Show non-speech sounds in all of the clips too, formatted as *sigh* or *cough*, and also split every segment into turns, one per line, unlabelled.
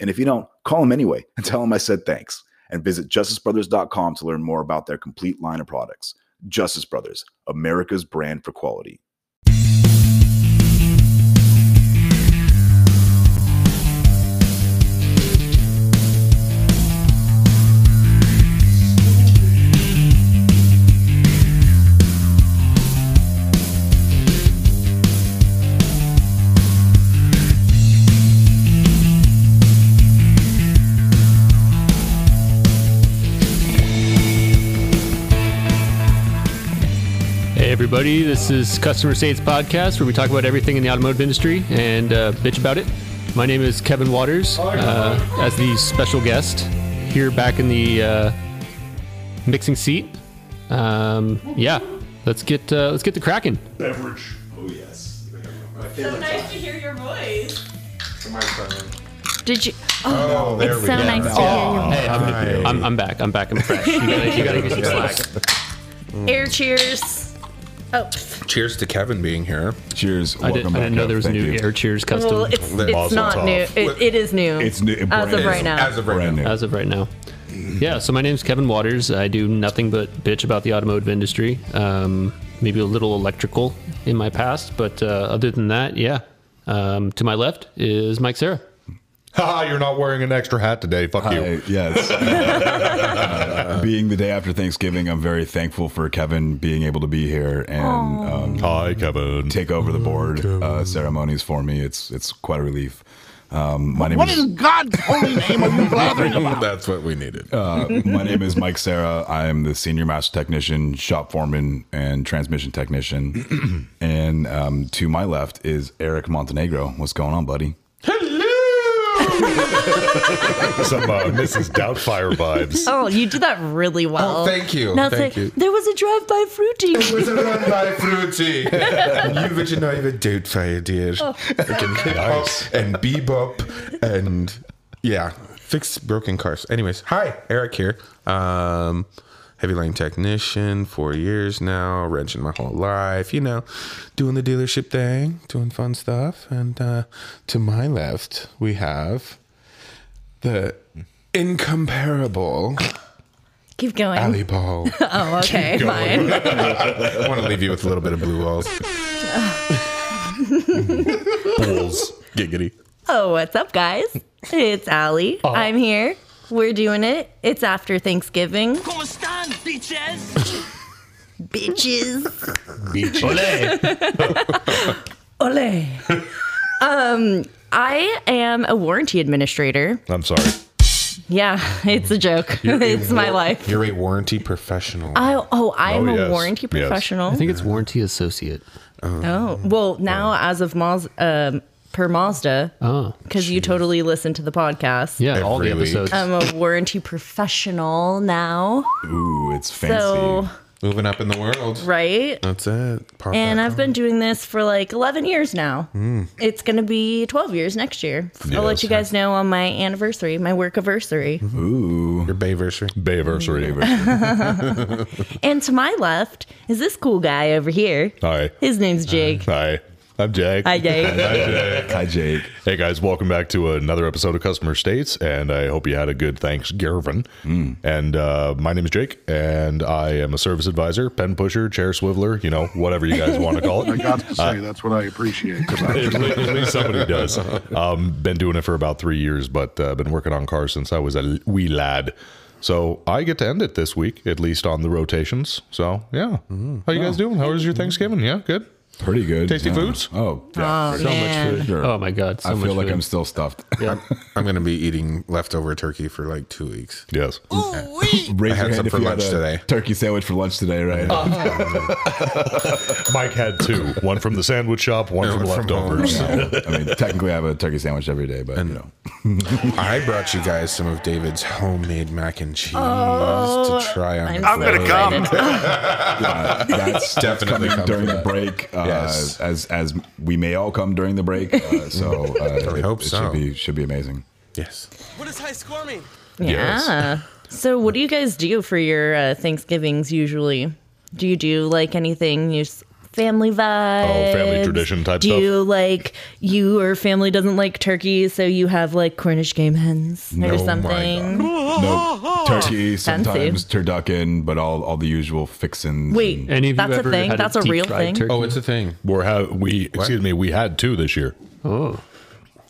And if you don't, call them anyway and *laughs* tell them I said thanks. And visit justicebrothers.com to learn more about their complete line of products. Justice Brothers, America's brand for quality.
Hey, everybody, this is Customer States Podcast, where we talk about everything in the automotive industry and uh, bitch about it. My name is Kevin Waters, uh, as the special guest here back in the uh, mixing seat. Um, yeah, let's get uh, let's get the cracking.
beverage. Oh yes. My favorite.
nice to hear your voice.
Did you? Oh, it's so nice to hear
Hey, I'm, I'm, I'm back. I'm back. I'm fresh. You gotta, you gotta get some slack.
you. Air cheers. Oh, pff,
Cheers to Kevin being here.
Cheers.
I, did, I didn't know there was a new Air Cheers custom
well, it's, it's
Mazel
not
tov.
new. It, it is new.
It's new.
As of
brand
right
new.
now.
As of right
Brand
now.
new.
as of right now. Yeah, so my name's Kevin Waters. I do nothing but bitch about the automotive industry. Um, maybe a little electrical in my past, but uh, other than that, yeah. Um, to my left is Mike Sarah.
Haha, you're not wearing an extra hat today. Fuck you.
I- *laughs* yes. Uh, being the day after Thanksgiving, I'm very thankful for Kevin being able to be here and um,
Hi, Kevin.
take over the board uh, ceremonies for me. It's it's quite a relief. Um, my name
What
is
in God's holy name are
*laughs*
you blathering about?
That's what we needed.
uh, my name is Mike Sarah. I am the senior master technician, shop foreman, and transmission technician.
*clears throat*
and um, to my left is Eric Montenegro. What's going on, buddy?
Some uh, Mrs. Doubtfire vibes. *laughs*
Oh, you did that really well.
Oh, thank you.
Now it's like,
Thank you.
There was a drive-by fruity.
*laughs* Was run by Fruity? *laughs* you would you know even Doubtfire, dear. I can hip hop and bebop and yeah, fix broken cars. Anyways, hi, Eric here. Um, heavy lane technician, four years now, wrenching my whole life. You know, doing the dealership thing, doing fun stuff. And uh, to my left, we have the incomparable
Keep going.
Ali Ball.
Oh, okay, *laughs* fine.
I want to leave you with a little bit of blue balls. Bulls. Giggity.
Oh, what's up, guys? It's Allie.
Oh.
I'm here. We're doing it. It's after Thanksgiving.
¿Cómo están, bitches?
*laughs* Bitches.
Olé.
*laughs* Ole. um, I am a warranty administrator.
I'm sorry.
Yeah, *laughs* it's a joke. *laughs* it's my life.
You're a warranty professional.
I, oh, I'm
Oh,
a
yes.
warranty
Yes.
professional.
I think it's warranty associate.
oh, well, now as of Maz, um, per Mazda,
Oh,
because you totally listen to the podcast,
yeah, all the
Every week.
episodes.
I'm a warranty professional now.
Ooh, it's fancy.
So,
Moving up in the world.
right?
That's it. Pop
And
that
I've been doing this for like 11 years now.
Hmm.
It's going to be 12 years next year. I'll let you guys know on my anniversary, my work anniversary.
Ooh.
Your bayversary. *laughs* Bayversary.
and to my left is this cool guy over here.
Hi.
Oh. Uh,
His name's Jake.
Hi.
I'm Jack.
Hi, Jake.
Hi, Jake.
Hey guys, welcome back to another episode of Customer States, and I hope you had a good Thanksgiving.
Mm.
And uh, my name is Jake, and I am a service advisor, pen pusher, chair swiveler, you know, whatever you guys want to
*laughs*
call
I
it. Uh,
got to say, that's what I appreciate. 'cause I
*laughs* At least- at least somebody
*laughs*
does. Um, been doing it for about three years, but uh, been working on cars since I was a l- wee lad. So I get to end it this week, at least on the rotations. So yeah,
Mm-hmm.
how you guys doing? How was your Thanksgiving? Yeah, good.
Pretty good.
Tasty
yeah.
foods?
Oh, yeah.
Oh, man.
food. Sure.
Oh my god, so
I
much
feel like
food.
I'm still stuffed. *laughs*
I'm going to be eating leftover turkey for like two weeks.
Yes.
Raise
I had
your
some
hand if
for
you had a
lunch today.
Turkey sandwich for lunch today, right?
Oh.
Mike had two one from the sandwich shop, one from
one from home.
leftovers.
No, I mean, technically, I have a turkey sandwich every day, but you know,
I brought you guys some of David's homemade mac and cheese to try on.
Oh, I'm
your
so
bread.
excited.
uh, that's
*laughs*
definitely
Definitely come
coming during
for
the
that.
break. Uh,
Yes.
as as we may all come during the break. Uh, so uh,
*laughs* I
it,
hope
it
so.
should be should be amazing.
Yes.
What does high score mean?
Yeah. So, what do you guys do for your uh, Thanksgivings usually? Do you do like anything? You s- family vibe?
Oh, family tradition type
Do
stuff?
you like you or family doesn't like turkey, so you have like Cornish game hens
No,
or
my
something?
No turkey, sometimes turducken, but all all the usual fixins.
Wait,
and-
Any of you
that's a
ever
thing.
had
That's a
deep
real
fried
thing.
turkey?
Oh, it's a thing.
We're have we excuse me, we had two this year.
Oh,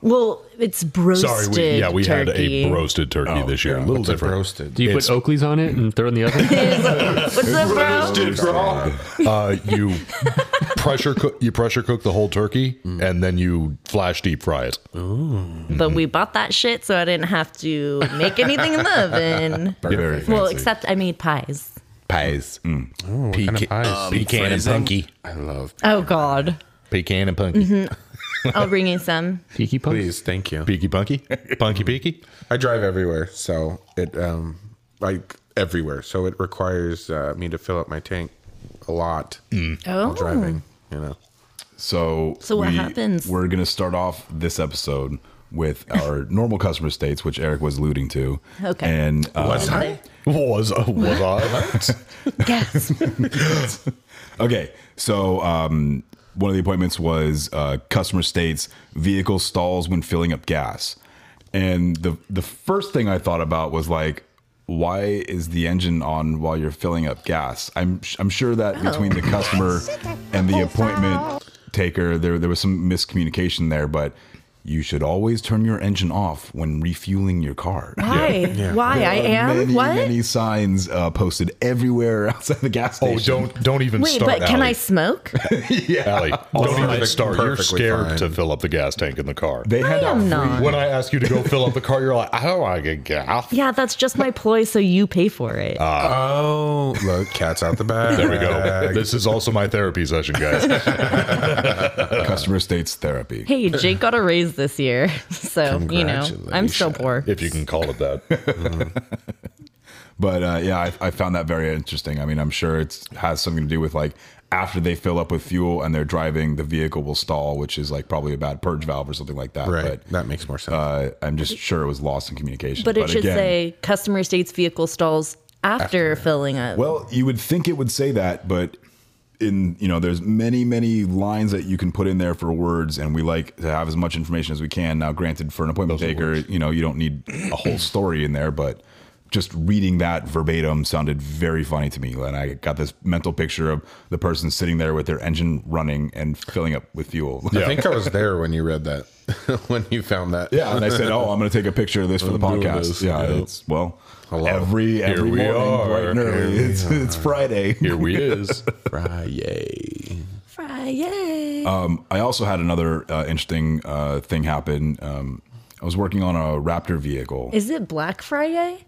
Well, it's broasted.
Sorry, we, yeah, we had
turkey.
a roasted turkey this year. a little
It's Oh, a
different.
roasted.
do you
It's-
put Oakleys on it and throw it in the oven?
What's up, bro?
Uh, you *laughs* pressure cook you pressure cook the whole turkey
Mm.
and then you flash deep fry it.
But we bought that shit, so I didn't have to make anything in the oven.
very
Well,
fancy.
except I made pies.
Pies.
Oh, Pies.
Pecan and punky.
I love.
Oh God,
Pecan and punky.
Mm-hmm. I'll bring you some.
Peaky pump.
Please, thank you.
Peaky punky. Punky peaky.
I drive everywhere, so it um like everywhere, so it requires uh, me to fill up my tank a lot
Mm.
Oh,
driving. You know,
So,
So what happens?
We're going to start off this episode with our normal customer states, which Eric was alluding to.
Okay.
And um,
Was uh, was I?
Yes. *laughs*
okay, so um, one of the appointments was uh, customer states vehicle stalls when filling up gas, and the the first thing I thought about was like. Why is the engine on while you're filling up gas? I'm I'm sure that between the customer and the appointment taker, there there was some miscommunication there, but you should always turn your engine off when refueling your car.
Why? Why? I am?
*laughs* Many,
Oh, what?
many signs uh, posted everywhere *laughs* outside the gas
Oh,
station.
don't don't even
Wait,
start.
but can
Allie.
I smoke?
Allie, don't even
perfect-
start. You're
perfectly
scared
fine.
to fill up the gas tank in the car.
They
I
had out
am
free-
not.
when I ask you to go fill up the car, you're like, "Oh, I don't want to get gas.
yeah, that's just my ploy, so you pay for it.
Ah. oh look, cat's out the
*laughs*
bag.
There we go. This is also my therapy session, guys.
customer states therapy.
hey, Jake got a raise this year, *laughs* so you know I'm still poor.
if you can call it that.
But uh, yeah, I, I found that very interesting. I mean, I'm sure it has something to do with like after they fill up with fuel and they're driving, the vehicle will stall, which is like probably a bad purge valve or something like that.
Right, that makes more sense.
But uh, I'm just sure it was lost in communication.
But it should
again,
say customer states vehicle stalls after filling up.
Well, you would think it would say that, but in you know, there's many many lines that you can put in there for words, and we like to have as much information as we can. Now, granted, for an appointment taker, you know, you don't need a whole
*clears throat*
story in there, but just reading that verbatim sounded very funny to me, and I got this mental picture of the person sitting there with their engine running and filling up with fuel. *laughs*
I think I was there when you read that, *laughs* when you found that.
Yeah,
*laughs*
and I said, "Oh, I'm going to take a picture of this for the
I'm doing
podcast."
this,
Yeah,
yeah.
it's well,
Hello.
every every
we
morning,
are.
bright and early.
Here we
It's, it's Friday.
Here we
*laughs*
is.
Friday.
Fry, yay.
I also had another uh, interesting uh, thing happen. Um, I was working on a Raptor vehicle.
Is it Black Friday?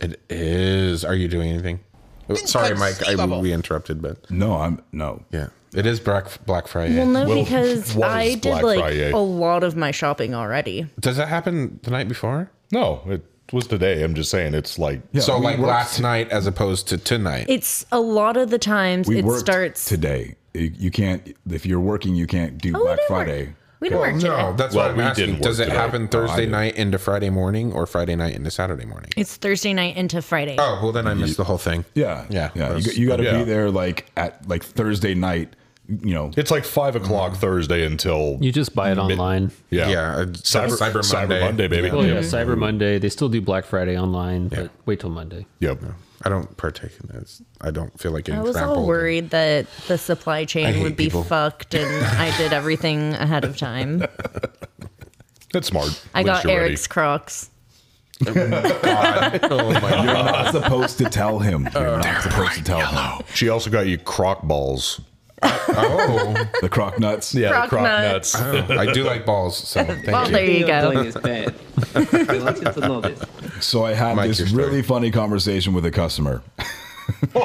It is. Are you doing anything? Oh, Sorry, Mike. I, we interrupted, but
no, I'm no.
yeah, it is Black Black Friday.
Well, no,
Well,
because
was
I did
Black
like
Friday.
a lot of my shopping already.
Does that happen the night before?
No, it was today. I'm just saying it's like
so
we
like
worked-
last night as opposed to tonight.
It's a lot of the times
We
it
worked
starts.
today. You, you can't if you're working, you can't do
Oh, we
Black
didn't work-
Friday.
We didn't
Well,
work today.
Oh, no, that's
Well,
what I'm
we
asking.
didn't
Does
work
it
today.
happen Thursday night into Friday morning or Friday night into Saturday morning?
It's Thursday night into Friday.
Oh, well, then I missed the whole thing.
Yeah,
Yeah,
yeah. You,
that's-
you got to
yeah.
be there like at like Thursday night you know,
It's like five o'clock Thursday until
You just buy it online.
yeah,
Yeah, it's
Cyber,
Cyber
Cyber, Monday.
Monday.
baby.
Well, yeah, Cyber Monday. They still do Black Friday online, but wait till Monday.
Yep.
I don't partake in this. I don't feel like getting
I was
trampled.
all worried that the supply chain
hate
would be
people.
fucked, and I did everything ahead of time.
That's smart.
I
At least
got
you're ready.
Eric's Crocs.
Oh my
you're not supposed to tell him. You're not supposed to tell him.
She also got you croc balls.
oh,
The croc nuts.
Yeah,
Croc
croc
nuts.
nuts.
I do like
*laughs*
balls, so thank
Well,
you.
there you go.
Feeling is bad. I want you to know this.
So I had
Mike, your
this
story.
really funny conversation with a customer,
That's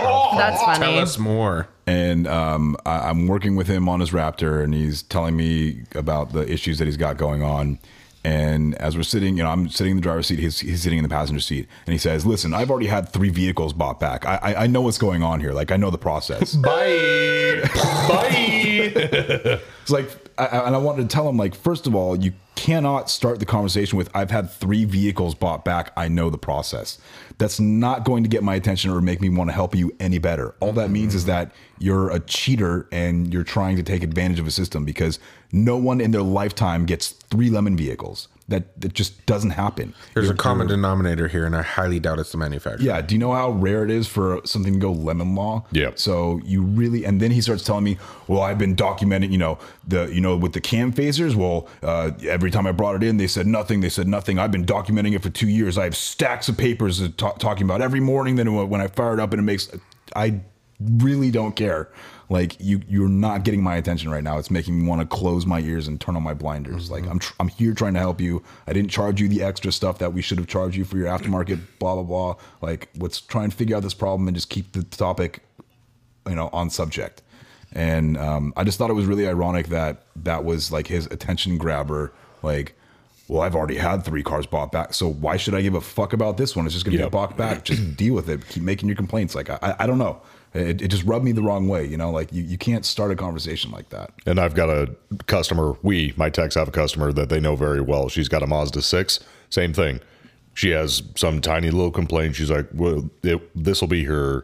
Tell
funny.
us more.
and um, I, I'm working with him on his Raptor, and he's telling me about the issues that he's got going on. And as we're sitting, you know, I'm sitting in the driver's seat, he's, he's sitting in the passenger seat, and he says, "Listen, I've already had three vehicles bought back. I, I, I know what's going on here. Like I know the process."
Bye. Bye.
It's like, I, I- and I wanted to tell him, like, first of all, you cannot start the conversation with, I've had three vehicles bought back. I know the process. That's not going to get my attention or make me want to help you any better. All that means is that you're a cheater and you're trying to take advantage of a system because no one in their lifetime gets three lemon vehicles. That, that just doesn't happen.
There's a
You're-
common denominator here, and I highly doubt it's the manufacturer.
yeah. Do you know how rare it is for something to go lemon law?
Yeah.
So you really, and then he starts telling me, well, I've been documenting, you know, the, you know, with the cam phasers. Well, uh, every time I brought it in, they said nothing. They said nothing. I've been documenting it for two years. I have stacks of papers to ta- talking about every morning. Then when I fire it up and it makes, I really don't care. Like you, you're not getting my attention right now. It's making me want to close my ears and turn on my blinders. Like I'm, tr- I'm here trying to help you. I didn't charge you the extra stuff that we should have charged you for your aftermarket. Blah blah blah. Like let's try and figure out this problem and just keep the topic you know on subject and um, i just thought it was really ironic that that was like his attention grabber like well i've already had three cars bought back so why should i give a fuck about this one it's just gonna
Yep.
get bought back just *clears throat* deal with it keep making your complaints like i, I- I don't know it, it just rubbed me the wrong way you know like you, you can't start a conversation like that
And I've got a customer. We, my techs, have a customer that they know very well. She's got a Mazda 6. Same thing. She has some tiny little complaint. She's like, well, this will be her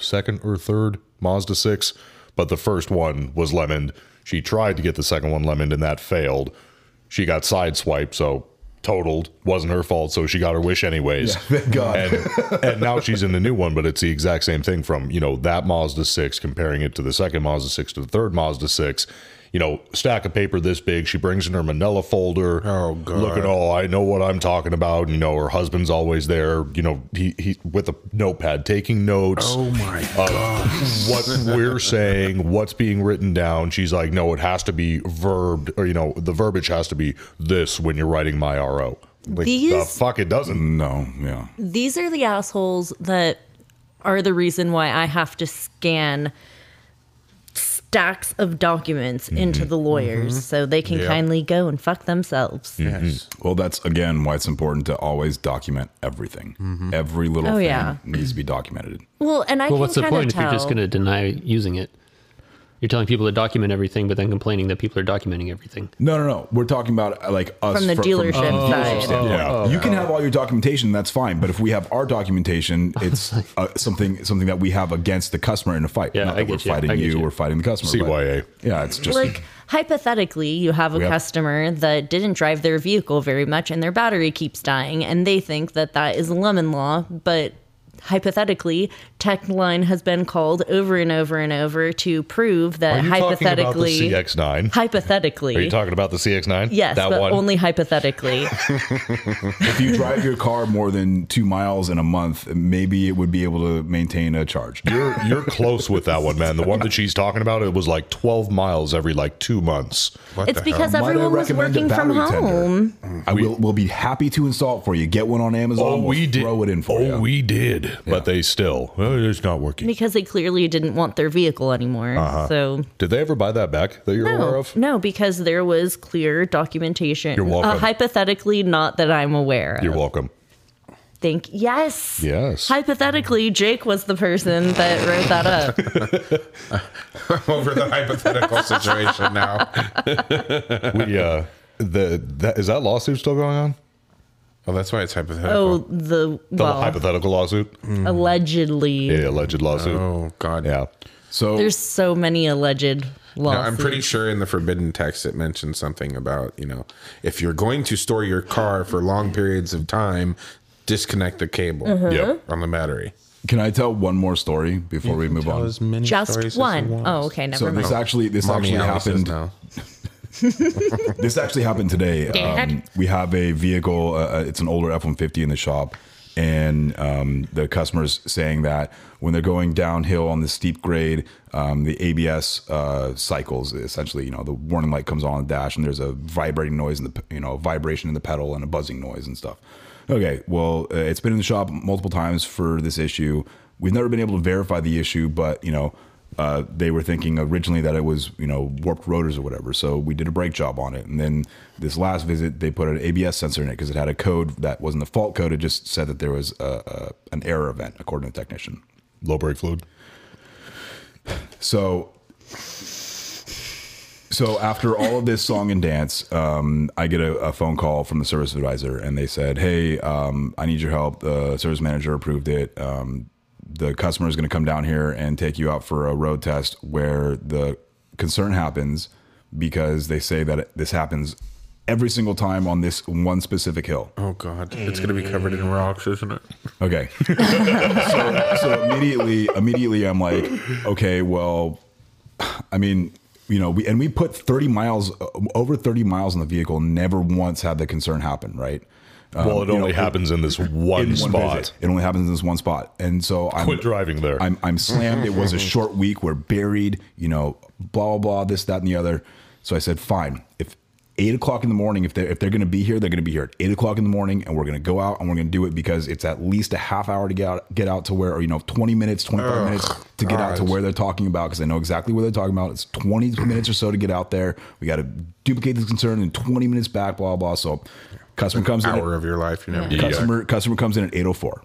second or third Mazda 6, but the first one was lemoned. She tried to get the second one lemoned and that failed. She got sideswiped, so totaled. Wasn't her fault, so she got her wish anyways.
thank God.
And, and now she's in the new one, but it's the exact same thing from, you know, that Mazda 6, comparing it to the second Mazda 6 to the third Mazda 6. You know, stack of paper this big. She brings in her manila folder.
Oh, God.
Looking all, I know what I'm talking about. You know, her husband's always there. You know, he, he with a notepad taking notes
Oh my
of what we're saying, what's being written down. She's like, no, it has to be verbed, or you know, the verbiage has to be this when you're writing my RO. Like, the
These-
fuck it doesn't.
no yeah
These are the assholes that are the reason why I have to scan stacks of documents into the lawyers so they can kindly go and fuck themselves.
Yes.
well that's again why it's important to always document everything every little
Oh,
thing
yeah.
needs to be documented
Well, and I
Well,
can
what's the
kinda
point if
tell.
you're just going to deny using it? You're telling people to document everything, but then complaining that people are documenting everything.
No, no, no. We're talking about uh, like us
From the dealership
the
side.
dealership
Oh,
standpoint.
Yeah.
you can have all your documentation. That's fine. But if we have
*laughs*
our documentation, it's uh, something something that we have against the customer in a fight.
Yeah,
Not
I
that we're
get you.
fighting
I get
you.
you.
We're fighting the customer. but-
CYA.
yeah, it's just
like hypothetically you have a
have-
customer that didn't drive their vehicle very much and their battery keeps dying and they think that that is lemon law but hypothetically tech line has been called over and over and over to prove that
Are you
hypothetically
talking about the CX9?
hypothetically
Are you talking about the CX9?
yes
that
but
one.
only
*laughs*
hypothetically
if you drive your car more than two miles in a month, maybe it would be able to maintain a charge.
you're you're close with that one, man. The one that she's talking about, it was like 12 miles every like two months.
What
it's
the hell?
because
Might I
everyone was
recommend a
working from
battery tender?
home
I will. We'll be happy to install it for you. Get one on Amazon.
Oh,
we'll
we did.
Throw it in for
oh,
you.
we did. But they still, oh, it's not working.
because they clearly didn't want their vehicle anymore
Uh-huh.
so
Did they ever buy that back that you're aware
no,
of?
no, because there was clear documentation.
You're welcome.
Uh, hypothetically, not that I'm aware of.
You're welcome.
think yes.
Yes.
Hypothetically, Jake was the person that wrote that
*laughs*
up.
over the hypothetical situation now.
we uh the that is that lawsuit still going on?
Well, that's why it's hypothetical.
oh, the
The
well, Mm.
hypothetical lawsuit?
allegedly.
Yeah, alleged lawsuit.
Oh, God.
Yeah.
So
There's so many alleged
No,
lawsuits.
I'm pretty sure in the forbidden text it mentioned something about, you know, if you're going to store your car for long periods of time, disconnect the cable
Mm-hmm.
Yep.
on the battery.
can I tell one more story before we move on?
Just one. Oh, okay, never
So
mind.
this actually this
Mommy
actually
Alice says
happened.
no.
This actually happened today.
Dad?
Um, we have a vehicle. Uh, uh, it's an older F one fifty in the shop, and um, the customers saying that when they're going downhill on the steep grade, um, the ABS uh, cycles essentially. You know, the warning light comes on on the dash, and there's a vibrating noise in the p- you know vibration in the pedal and a buzzing noise and stuff. Okay, well, uh, it's been in the shop multiple times for this issue. We've never been able to verify the issue, but you know, uh, they were thinking originally that it was you know warped rotors or whatever. So we did a brake job on it, and then this last visit they put an ABS sensor in it because it had a code that wasn't the fault code. It just said that there was a, a, an error event according to the technician.
Low brake fluid.
So, so after all of this song and dance, um, I get a, a phone call from the service advisor, and they said, "Hey, um, I need your help. The service manager approved it. Um, the customer is going to come down here and take you out for a road test where the concern happens, because they say that it, this happens." Every single time on this one specific hill.
Oh god, it's going to be covered in rocks, isn't it?
Okay. *laughs* so, so immediately, immediately, I'm like, okay, well, I mean, you know, we and we put 30 miles, uh, over 30 miles on the vehicle, never once had the concern happen, right? Um,
well, it
you know,
only happens in this one
in one
spot.
visit. It only happens in this one spot, and so I'm
Quit driving there.
I'm, I'm slammed. it was a short week. We're buried. You know, blah blah blah. This that and the other. So I said, fine. If eight o'clock in the morning, if they if they're going to be here, they're going to be here at eight o'clock in the morning, and we're going to go out and we're going to do it because it's at least a half hour to get out, get out to where, or you know, twenty minutes, twenty five minutes to get out to
God.
where they're talking about because I know exactly what they're talking about. It's twenty minutes or so to get out there. We got to duplicate this concern in twenty minutes back. Blah blah. So. Customer comes in. at-
Hour of your life, you never. get back.
Customer customer comes in at 804.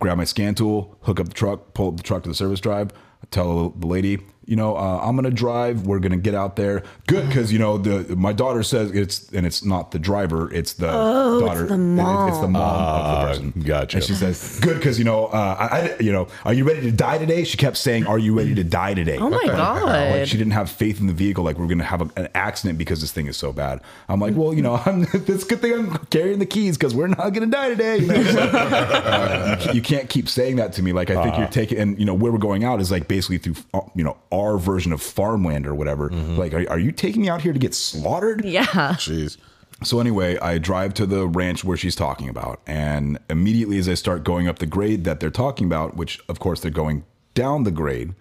Grab my scan tool, hook up the truck, pull up the truck to the service drive. Tell the lady, you know, uh, I'm gonna drive. We're gonna get out there. Good, because you know the my daughter says it's and it's not the driver, it's the daughter. Oh, It's the mom, it's the mom of the person.
gotcha.
And she says, "Good, because you know, uh, I, I- you know, are you ready to die today?" She kept saying, "Are you ready to die today?"
oh my
Like
god.
she didn't have faith in the vehicle. Like we're gonna have a, an accident because this thing is so bad. I'm like, well, you know, *laughs* I'm, it's a good thing I'm carrying the keys because we're not gonna die today. You, know? So, uh, you ca- you can't keep saying that to me. Like I think you're taking, and you know, where we're going out is like basically through, uh, you know, our version of farmland or whatever. Like, are, are you taking me out here to get slaughtered?
yeah.
Jeez.
So anyway, I drive to the ranch where she's talking about, and immediately as I start going up the grade that they're talking about, which of course they're going down the grade,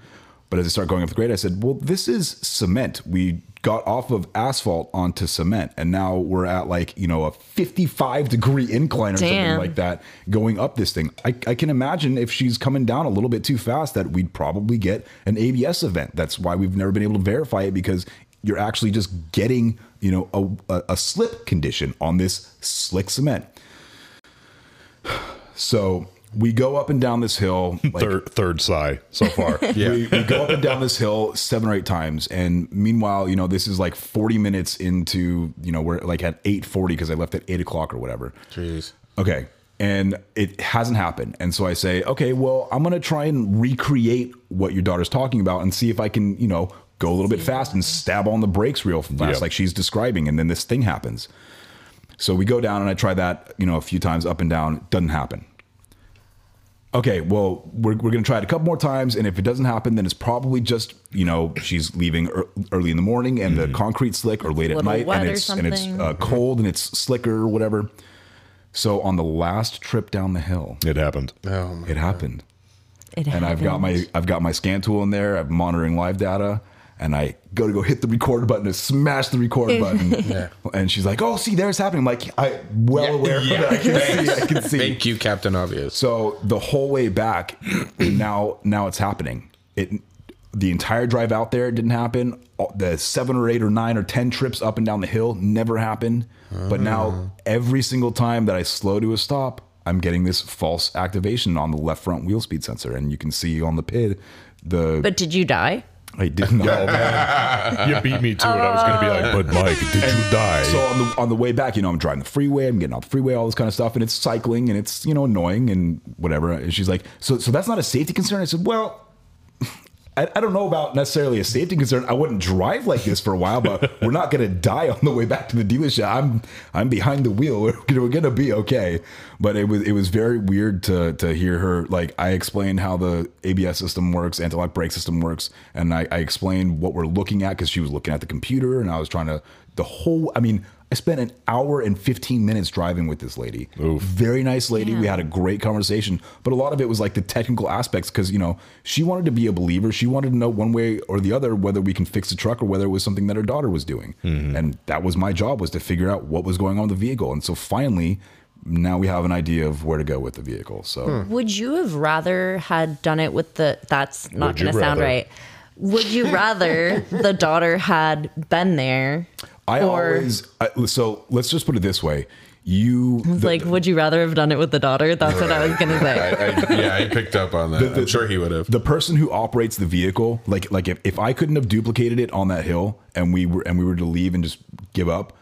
but as I start going up the grade, I said, "Well, this is cement. We got off of asphalt onto cement, and now we're at like you know a 55 degree incline or something
Damn.
like that going up this thing. I, I can imagine if she's coming down a little bit too fast that we'd probably get an ABS event. That's why we've never been able to verify it because you're actually just getting, you know, a, a, a slip condition on this slick cement. *sighs* So we go up and down this hill. Like,
third, third sigh so far. *laughs* yeah.
we, we go up and down this hill seven or eight times, and meanwhile, you know, this is like forty minutes into, you know, we're like at eight forty because I left at eight o'clock or whatever.
Jeez.
Okay. And it hasn't happened. And so I say, okay, well, I'm going to try and recreate what your daughter's talking about and see if I can, you know, go a little bit fast and stab on the brakes real fast,
Yeah.
like she's describing. And then this thing happens. So we go down and I try that, you know, a few times up and down. Doesn't happen. Okay, well, we're, we're going to try it a couple more times. And if it doesn't happen, then it's probably just, you know, she's leaving ear- early in the morning and the concrete's slick or late at
Little
night
wet
and
or
it's, and it's
something.
uh, cold and it's slicker or whatever. So on the last trip down the hill,
It *laughs* happened.
Oh my.
it happened.
It
And I've got my I've got my scan tool in there. I'm monitoring live data, and I go to go hit the record button to smash the record button. And she's like, "Oh, see, there's happening." I'm like, "I well aware
yeah,
of that. I can see. I can see."
Thank you, Captain Obvious.
So the whole way back, *clears throat* now now it's happening. It the entire drive out there didn't happen. All- The seven or eight or nine or ten trips up and down the hill never happened. But now every single time that I slow to a stop, I'm getting this false activation on the left front wheel speed sensor, and you can see on the PID the
But did you die?
I didn't know.
You beat me to it. I was going to be like, but Mike, did you die?
So on the on the way back, you know, I'm driving the freeway, I'm getting off the freeway, all this kind of stuff, and it's cycling and it's you know annoying and whatever. And she's like, so so that's not a safety concern. I said, well, I, I don't know about necessarily a safety concern. I wouldn't drive like this for a while, but we're not going to die on the way back to the dealership. I'm I'm behind the wheel. *laughs* We're, gonna- we're going to be okay. But it was it was very weird to to hear her like I explained how the ABS system works, anti-lock brake system works, and I, I explained what we're looking at because she was looking at the computer and I was trying to the whole. I mean. I spent an hour and 15 minutes driving with this lady. Very nice lady. We
Yeah.
had a great conversation, but a lot of it was like the technical aspects because, you know, she wanted to be a believer. She wanted to know one way or the other whether we can fix the truck or whether it was something that her daughter was doing. And that was my job was to figure out what was going on with the vehicle. And so finally, now we have an idea of where to go with the vehicle. So
Would you have rather had done it with the? That's not
Would you
going to sound
rather?
right. Would you rather the daughter had been there?
I
Or-
always, I, so let's just put it this way. You, the-
Like, would you rather have done it with the daughter? That's what I was going to say.
I, yeah, I picked up on that. I'm sure he would have.
the person who operates the vehicle, like like if, if I couldn't have duplicated it on that hill and we were and we were to leave and just give up,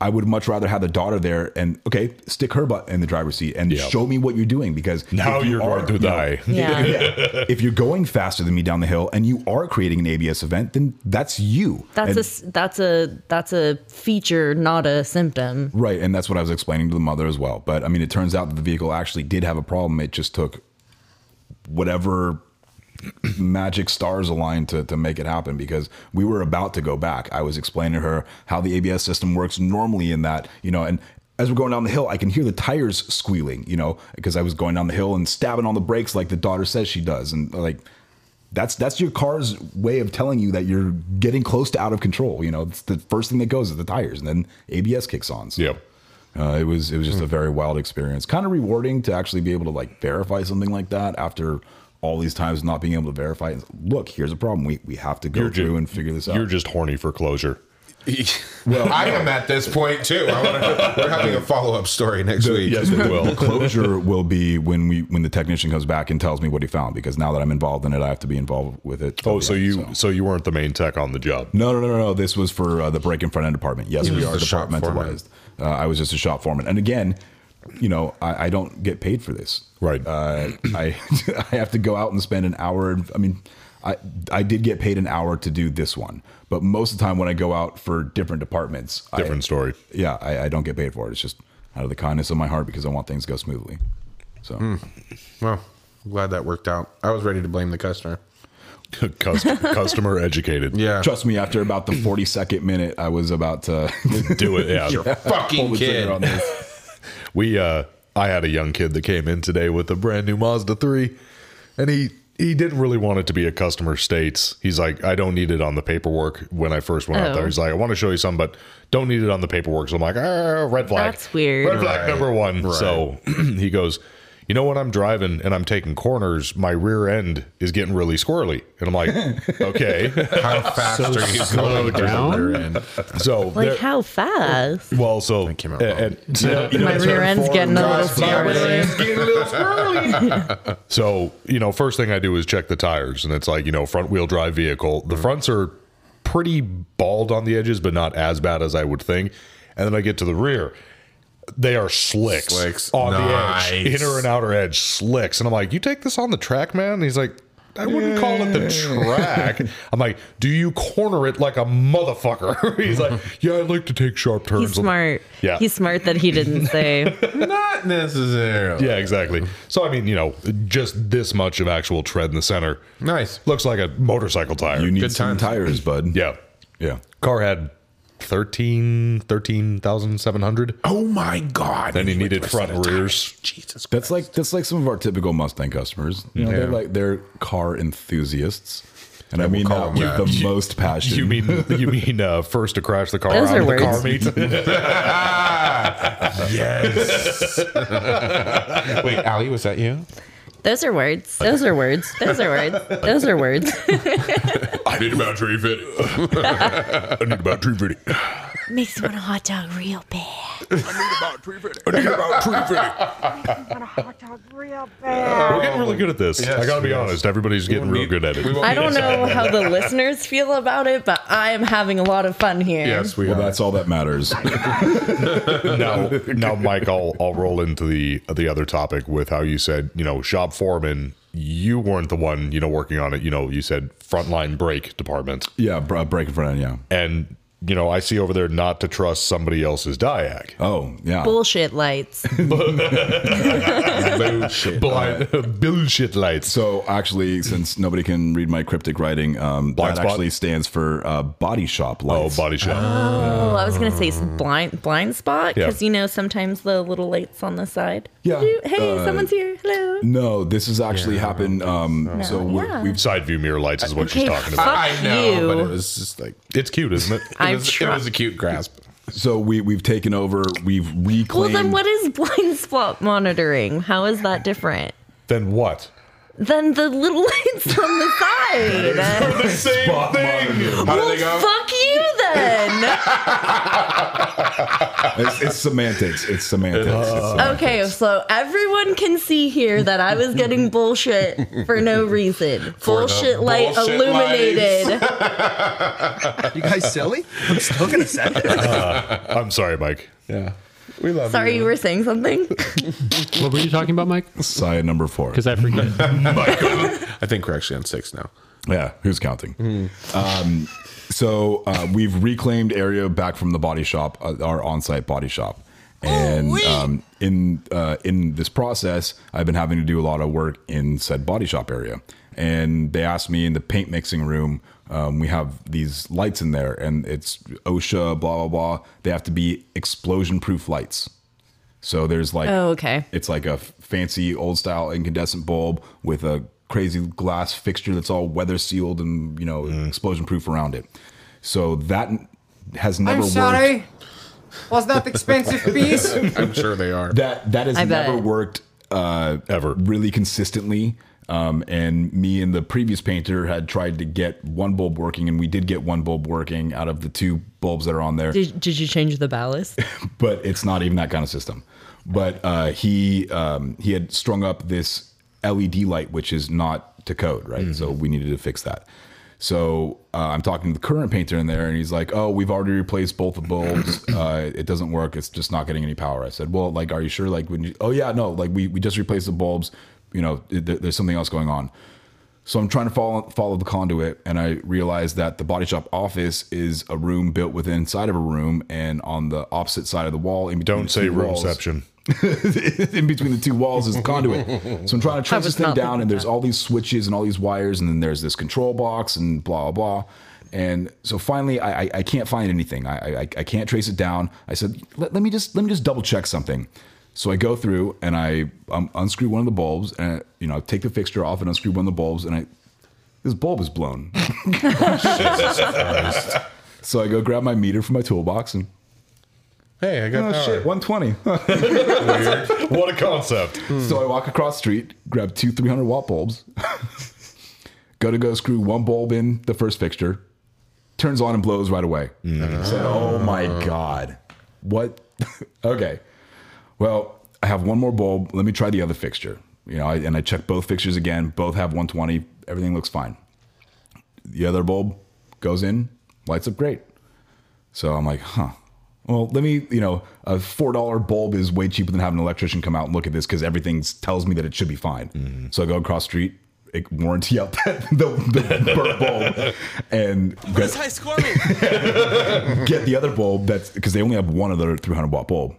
I would much rather have the daughter there and okay, stick her butt in the driver's seat and
Yeah.
show me what you're doing because
Now
if you
you're going
are-
to
you know,
die.
*laughs* Yeah.
yeah, if you're going faster than me down the hill and you are creating an ABS event, then that's you.
That's
And-
a s- that's a that's a feature, not a symptom.
Right, and that's what I was explaining to the mother as well. But I mean, it turns out that the vehicle actually did have a problem. It just took whatever magic stars aligned to, to make it happen because we were about to go back. I was explaining to her how the ABS system works normally in that, you know, and as we're going down the hill, I can hear the tires squealing, you know, because I was going down the hill and stabbing on the brakes like the daughter says she does. And like, that's that's your car's way of telling you that you're getting close to out of control. You know, it's the first thing that goes is the tires, and then ABS kicks on. So
Yep. Hmm.
uh, it was it was just a very wild experience. Kind of rewarding to actually be able to like verify something like that after all these times not being able to verify. it. Look, here's a problem. We we have to go
You're
through
ju- *laughs*
and figure this out.
You're just horny for closure.
well, I am at this point too. I *laughs* wanna, we're having a follow up story next week.
Yes, it will.
Closure will be when we when the technician comes back and tells me what he found because now that I'm involved in it, I have to be involved with it.
Oh, so you so you weren't the main tech on the job.
No, no, no, no, no. This was for uh, the break and front end department. Yes, we
was
are
the shop foreman.
departmentalized. Uh, I was just a shop foreman, and again, you know, I, I don't get paid for this.
Right.
Uh, I *laughs* I have to go out and spend an hour. and- I mean, I I did get paid an hour to do this one, but most of the time when I go out for different departments, I-
Different story. *laughs*
yeah, I, I don't get paid for it. It's just out of the kindness of my heart because I want things to go smoothly. So
Hmm. Well, I'm glad that worked out. I was ready to blame the customer.
Cust- customer educated.
Yeah.
trust me, after about the forty second minute, I was about to *laughs*
Do it. Yeah.
pull
fucking
the trigger
kid.
on this.
We uh I had a young kid that came in today with a brand new Mazda 3 and he he didn't really want it to be a customer states. He's like, I don't need it on the paperwork when I first went out
Oh.
there. He's like, I want to show you something, but don't need it on the paperwork. So I'm like, ah, red flag.
That's weird.
Red flag
Right.
number one. So *clears throat* he goes, You know, when I'm driving and I'm taking corners, my rear end is getting really squirrely. And I'm
*laughs*
like, Okay.
How fast
So
are you
slow
going
down?
down? Rear end?
So
Like
there-
how fast?
well, so
came out wrong.
and, so, you know,
My rear end's getting a little
drive
slower.
So, you know, first thing I do is check the tires, and it's like, you know, front wheel drive vehicle.
Mm-hmm.
The fronts are pretty bald on the edges, but not as bad as I would think. And then I get to the rear. They are slicks,
Slicks.
on the edge,
Nice.
inner and outer edge slicks. And I'm like, you take this on the track, man? And he's like, I wouldn't call it the track. I'm like, do you corner it like a motherfucker? *laughs* he's like, yeah, I like to take sharp turns.
He's
I'm like,
smart.
Yeah.
He's smart that he didn't say.
Not necessarily.
Yeah, exactly. So I mean, you know, just this much of actual tread in the center.
Nice.
Looks like a motorcycle tire.
You need
Good
some
times.
tires, bud.
yeah.
yeah.
Car had 13 13,700.
Oh my god.
Then he
And went
needed
to a
front
set
and
of
rears.
tires. Jesus.
That's like that's like some of our typical Mustang customers. You know, they're like they're car enthusiasts, and I mean
call
that with
them
the
that.
*laughs* most
*laughs*
passion.
You mean you mean uh, first to crash the car
Those
out
are
of the car
words.
meet?
yes. Wait, Ali, was that you?
Those are words. Those are words. Those are words. Those are words.
I need about tree fit. *laughs* I need about tree fitting.
Makes me want a hot dog real bad.
I need about tree fitting. We're getting really good at this. I gotta be
yes.
honest. Everybody's getting real good at it.
I don't know how the listeners feel about it, but I am having a lot of fun here.
Yes,
*laughs*
we
well,
are.
that's all that matters.
*laughs* now, now, Mike, I'll I'll roll into the the other topic with how you said you know shop foreman you weren't the one, you know, working on it. You know, you said frontline break department.
Yeah, br- break in front of yeah.
And, you know, I see over there not to trust somebody else's diag.
Oh, yeah.
Bullshit lights.
Bullshit. Blind, *laughs* bullshit lights.
So actually, since nobody can read my cryptic writing, um,
Blind
that
spot?
actually stands for uh, body shop
oh,
lights.
body shop.
Oh, I was gonna say
Uh.
some blind blind spot
Yeah.
because you know sometimes the little lights on the side.
Yeah,
Hey,
uh,
someone's here. Hello.
no, this has actually happened. Um,
Oh.
So we're,
Yeah.
we've
Side view mirror lights is what she's
Okay,
talking
fuck
about.
I know,
you.
but it was just like
It's cute, isn't it?
I'm
it was, it
try-
was a cute grasp.
so we we've taken over. We've
well,
reclaimed.
then what is blind spot monitoring? How is that different
then what?
than the little *laughs* lights on the side?
*laughs* The same thing.
How
well,
did they go?
fuck you
*laughs*
then.
it's, it's semantics. It's semantics.
Uh,
It's uh, semantics.
okay, so everyone can see here that I was *laughs* getting bullshit for no reason. Bullshit light
bullshit
illuminated. *laughs*
You guys silly? I'm still gonna say it.
I'm sorry, Mike.
Yeah, we love.
Sorry, you were saying something.
What were you talking about, Mike?
Side number four.
Because I forget.
I think we're actually on six *laughs* now.
Yeah, who's counting? Um, so uh, we've reclaimed area back from the body shop, uh, our on-site body shop, and um, in uh, in this process, I've been having to do a lot of work in said body shop area. And they asked me in the paint mixing room, um, we have these lights in there, and it's OSHA, blah blah blah. They have to be explosion-proof lights. So there's
*laughs*
like
Oh, okay.
it's like a f- fancy old style incandescent bulb with a crazy glass fixture that's all weather sealed and you know explosion proof around it. So that n- has never worked.
Was that expensive piece?
I'm sure they are.
That that has
I bet.
never worked uh,
Ever.
really consistently. Um, and me and the previous painter had tried to get one bulb working, and we did get one bulb working out of the two bulbs that are on there.
Did, did you change the ballast?
but it's not even that kind of system. But uh, he um, he had strung up this LED light, which is not to code, right? So we needed to fix that. So uh, I'm talking to the current painter in there, and he's like, "Oh, we've already replaced both the bulbs. Uh, it doesn't work. It's just not getting any power." I said, "Well, like, are you sure? Like, when you, oh yeah, no, like we we just replaced the bulbs. You know, there, there's something else going on." So I'm trying to follow follow the conduit, and I realize that the body shop office is a room built within inside of a room, and on the opposite side of the wall, in between
Don't
the
say
two walls-
roomception.
in between the two walls is the conduit. So I'm trying to
I
trace
was
this thing
not
down, and
thinking
there's all these switches and all these wires, and then there's this control box and blah blah blah. And so finally, I, I, I can't find anything. I, I I can't trace it down. I said, let, let me just let me just double check something. So I go through and I um, unscrew one of the bulbs, and I, you know take the fixture off and unscrew one of the bulbs, and I this bulb is blown. *laughs* so I go grab my meter from my toolbox and
Hey, I
oh
got power.
shit, 120.
What a concept.
So I walk across the street, grab two 300 watt bulbs, *laughs* go to go screw one bulb in the first fixture, turns on and blows right away. I said, oh my God. What? *laughs* okay. Well, I have one more bulb. Let me try the other fixture. You know, I, and I check both fixtures again. Both have 120. Everything looks fine. The other bulb goes in, lights up great. So I'm like, huh. Well, let me, you know, a four dollar bulb is way cheaper than having an electrician come out and look at this because everything tells me that it should be fine.
Mm-hmm.
So I go across the street, it- warranty up *laughs* the, the burnt bulb, and get,
high score mean?
get the other bulb that's because they only have one of their 300 watt bulb.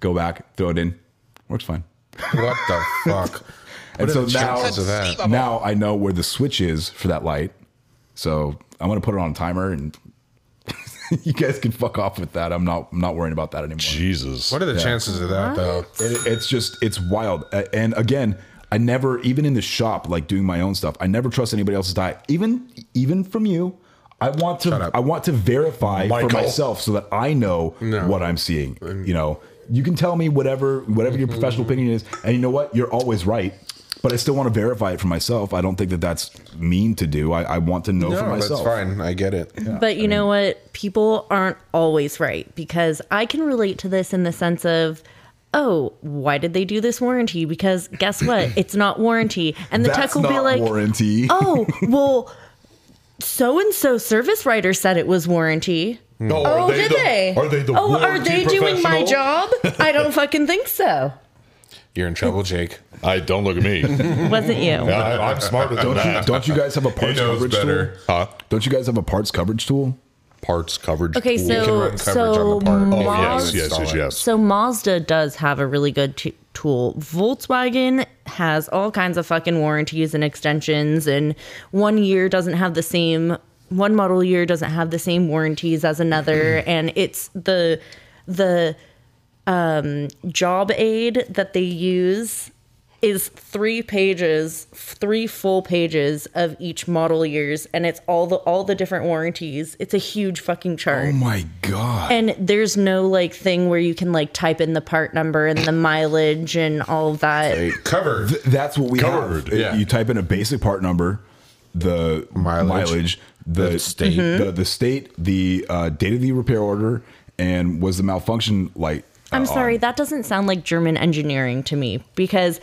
Go back, throw it in, works fine.
What the *laughs* fuck?
And so
the
now,
chances of that?
now I know where the switch is for that light. So I'm gonna put it on a timer, and *laughs* you guys can fuck off with that. I'm not, I'm not worrying about that anymore.
Jesus.
What are the chances of that though?
It, it's just it's wild. A- And again, I never even in the shop like doing my own stuff. I never trust anybody else's diet, even even from you. I want to
up.
I want to verify for
Michael.
myself so that I know what I'm seeing. You know, you can tell me whatever whatever your professional opinion is, and you know what, you're always right. But I still want to verify it for myself. I don't think that that's mean to do. I, I want to know for
No, that's
myself.
fine. I get it.
But you know what? People aren't always right because I can relate to this in the sense of, oh, why did they do this warranty? Because guess *laughs* what? it's not warranty. And the tech
That's
will be
not
like,
warranty.
oh, well, so and so service writer said it was warranty.
No,
Oh, did
the,
they?
Are they the
Oh, are
warranty
they doing my
professional?
job? I don't fucking think so.
You're in trouble, Jake.
I don't look at me.
Wasn't *laughs* you?
I, am smarter than
Don't you,
that.
don't you guys have a parts
knows
coverage
better.
tool? Don't you guys have a parts coverage tool?
Parts coverage.
Okay,
tool.
so-
You can run coverage
so
on the part.
Oh,
yes,
Mars-
yes, yes, yes.
So Mazda does have a really good t- tool. Volkswagen has all kinds of fucking warranties and extensions, and one year doesn't have the same one model year doesn't have the same warranties as another, and it's the the um, job aid that they use is three pages, three full pages of each model years, and it's all the all the different warranties. It's a huge fucking chart.
Oh my god!
And there's no like thing where you can like type in the part number and the mileage and all of that.
Covered.
Th- that's what we
Covered,
have.
yeah.
You type in a basic part number, the mileage,
Mileage.
the, Mm-hmm.
The state. Mm-hmm.
the, the state, the uh, date of the repair order, and was the malfunction like?
I'm
uh,
sorry,
on?
that doesn't sound like German engineering to me because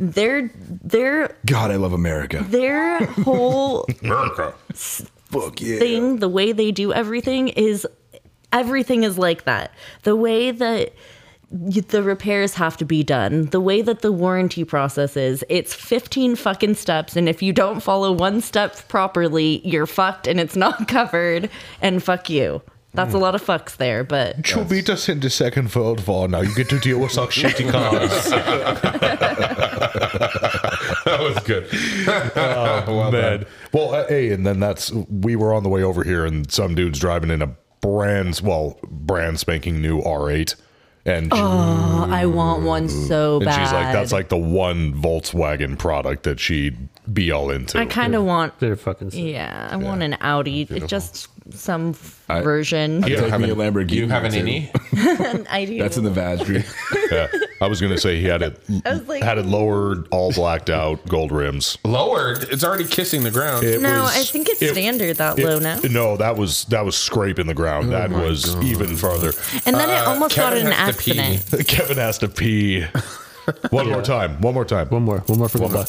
their their
God, I love America.
their whole
America.
Fuck yeah!
thing, the way they do everything is everything is like that. The way that y- the repairs have to be done, the way that the warranty process is, it's 15 fucking steps. And if you don't follow one step properly, you're fucked and it's not *laughs* covered. And fuck you. That's a lot of fucks there, but
You beat us in the Second World War. Now you get to deal with
*laughs*
such shitty cars.
That was good.
*laughs* well, man. well, uh, hey, and then that's we were on the way over here, and some dude's driving in a brand, well, brand spanking new R8, and
oh, I want one so
and
bad.
she's like, that's like the one Volkswagen product that she'd be all into.
I kind of want,
They're fucking sick.
yeah, I want an Audi, just some version.
Take
don't have
me
an-
a Lamborghini.
You have an
too.
innie?
*laughs* I do.
That's in the Vastry.
*laughs*
Yeah. I was gonna say he had it
was like-
had it lowered, all blacked out, gold rims.
*laughs* Lowered. It's already kissing the ground.
It
no,
was-
I think it's
it-
standard that low now.
No, that was that was scraping the
Oh
ground. that was even farther. *laughs*
And then it almost got in
Kevin
an
has to pee.
accident.
Kevin has
*laughs*
to pee. One more time. One more time.
One more, one more for good luck. *laughs*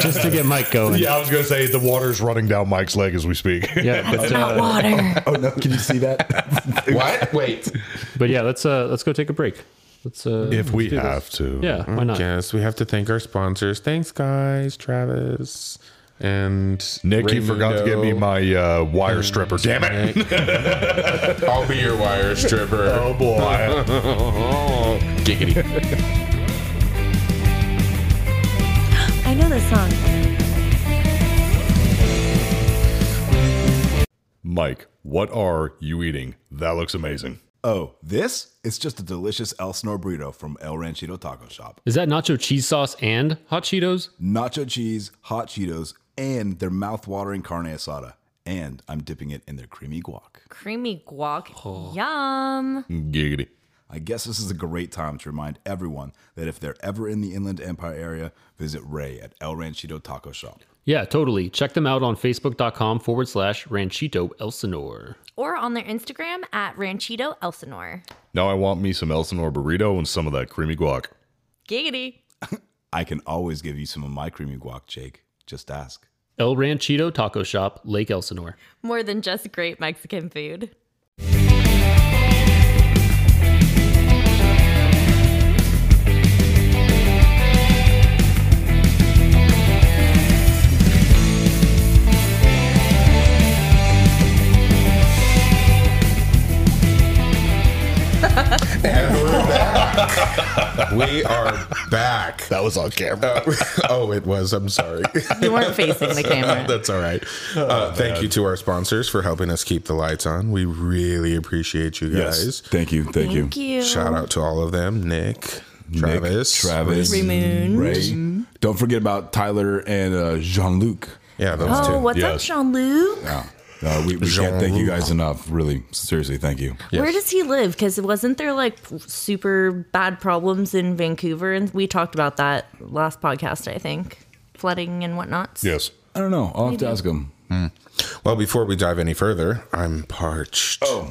Just to get Mike going.
Yeah, I was gonna say the water's running down Mike's leg as we speak.
Yeah, but, uh,
Water.
oh no! *laughs* Can you see that?
what? Wait.
but yeah, let's uh, let's go take a break. Let's uh,
*laughs* if
let's
we
do this.
have to.
yeah, why not?
Yes, we have to thank our sponsors. Thanks, guys. Travis and
Nick, you forgot to get me
Raymundo.
my uh, wire stripper. Damn it! *laughs*
I'll be your wire stripper.
Oh boy.
*laughs* Giggity.
*gasps* I know this song.
Mike, what are you eating? That looks amazing.
oh, this? It's just a delicious El Snor burrito from El Ranchito Taco Shop.
Is that nacho cheese sauce and hot Cheetos?
nacho cheese, hot Cheetos, and their mouth-watering carne asada. And I'm dipping it in their creamy guac.
Creamy guac. Yum.
Giggity.
I guess this is a great time to remind everyone that if they're ever in the Inland Empire area, visit Ray at El Ranchito Taco Shop.
Yeah, totally. Check them out on facebook.com forward slash ranchito elsinore.
Or on their Instagram at Ranchito Elsinore.
Now I want me some Elsinore burrito and some of that creamy guac.
Giggity.
I can always give you some of my creamy guac, Jake. Just ask.
El Ranchito Taco Shop, Lake Elsinore.
More than just great Mexican food.
*laughs*
we are back.
That was on camera.
*laughs* oh, it was.
*laughs*
I'm sorry.
You weren't facing the camera.
That's all right.
Oh,
Uh, thank you to our sponsors for helping us keep the lights on. We really appreciate you guys.
Thank you. Thank, you.
Thank you.
Shout out to all of them Nick, Travis.
Travis.
Remoon.
Mm-hmm.
Ray. Don't forget about Tyler and uh, Jean Luc.
Yeah, those two.
Oh, what's up,
Yes.
Jean Luc?
Uh, we we can't thank you guys enough. Really, seriously, thank you.
Where does he live? Because wasn't there like super bad problems in Vancouver? And we talked about that last podcast, I think. Flooding and whatnot.
Yes.
I don't know. I'll have to ask him.
Well, before we dive any further, I'm parched.
Oh,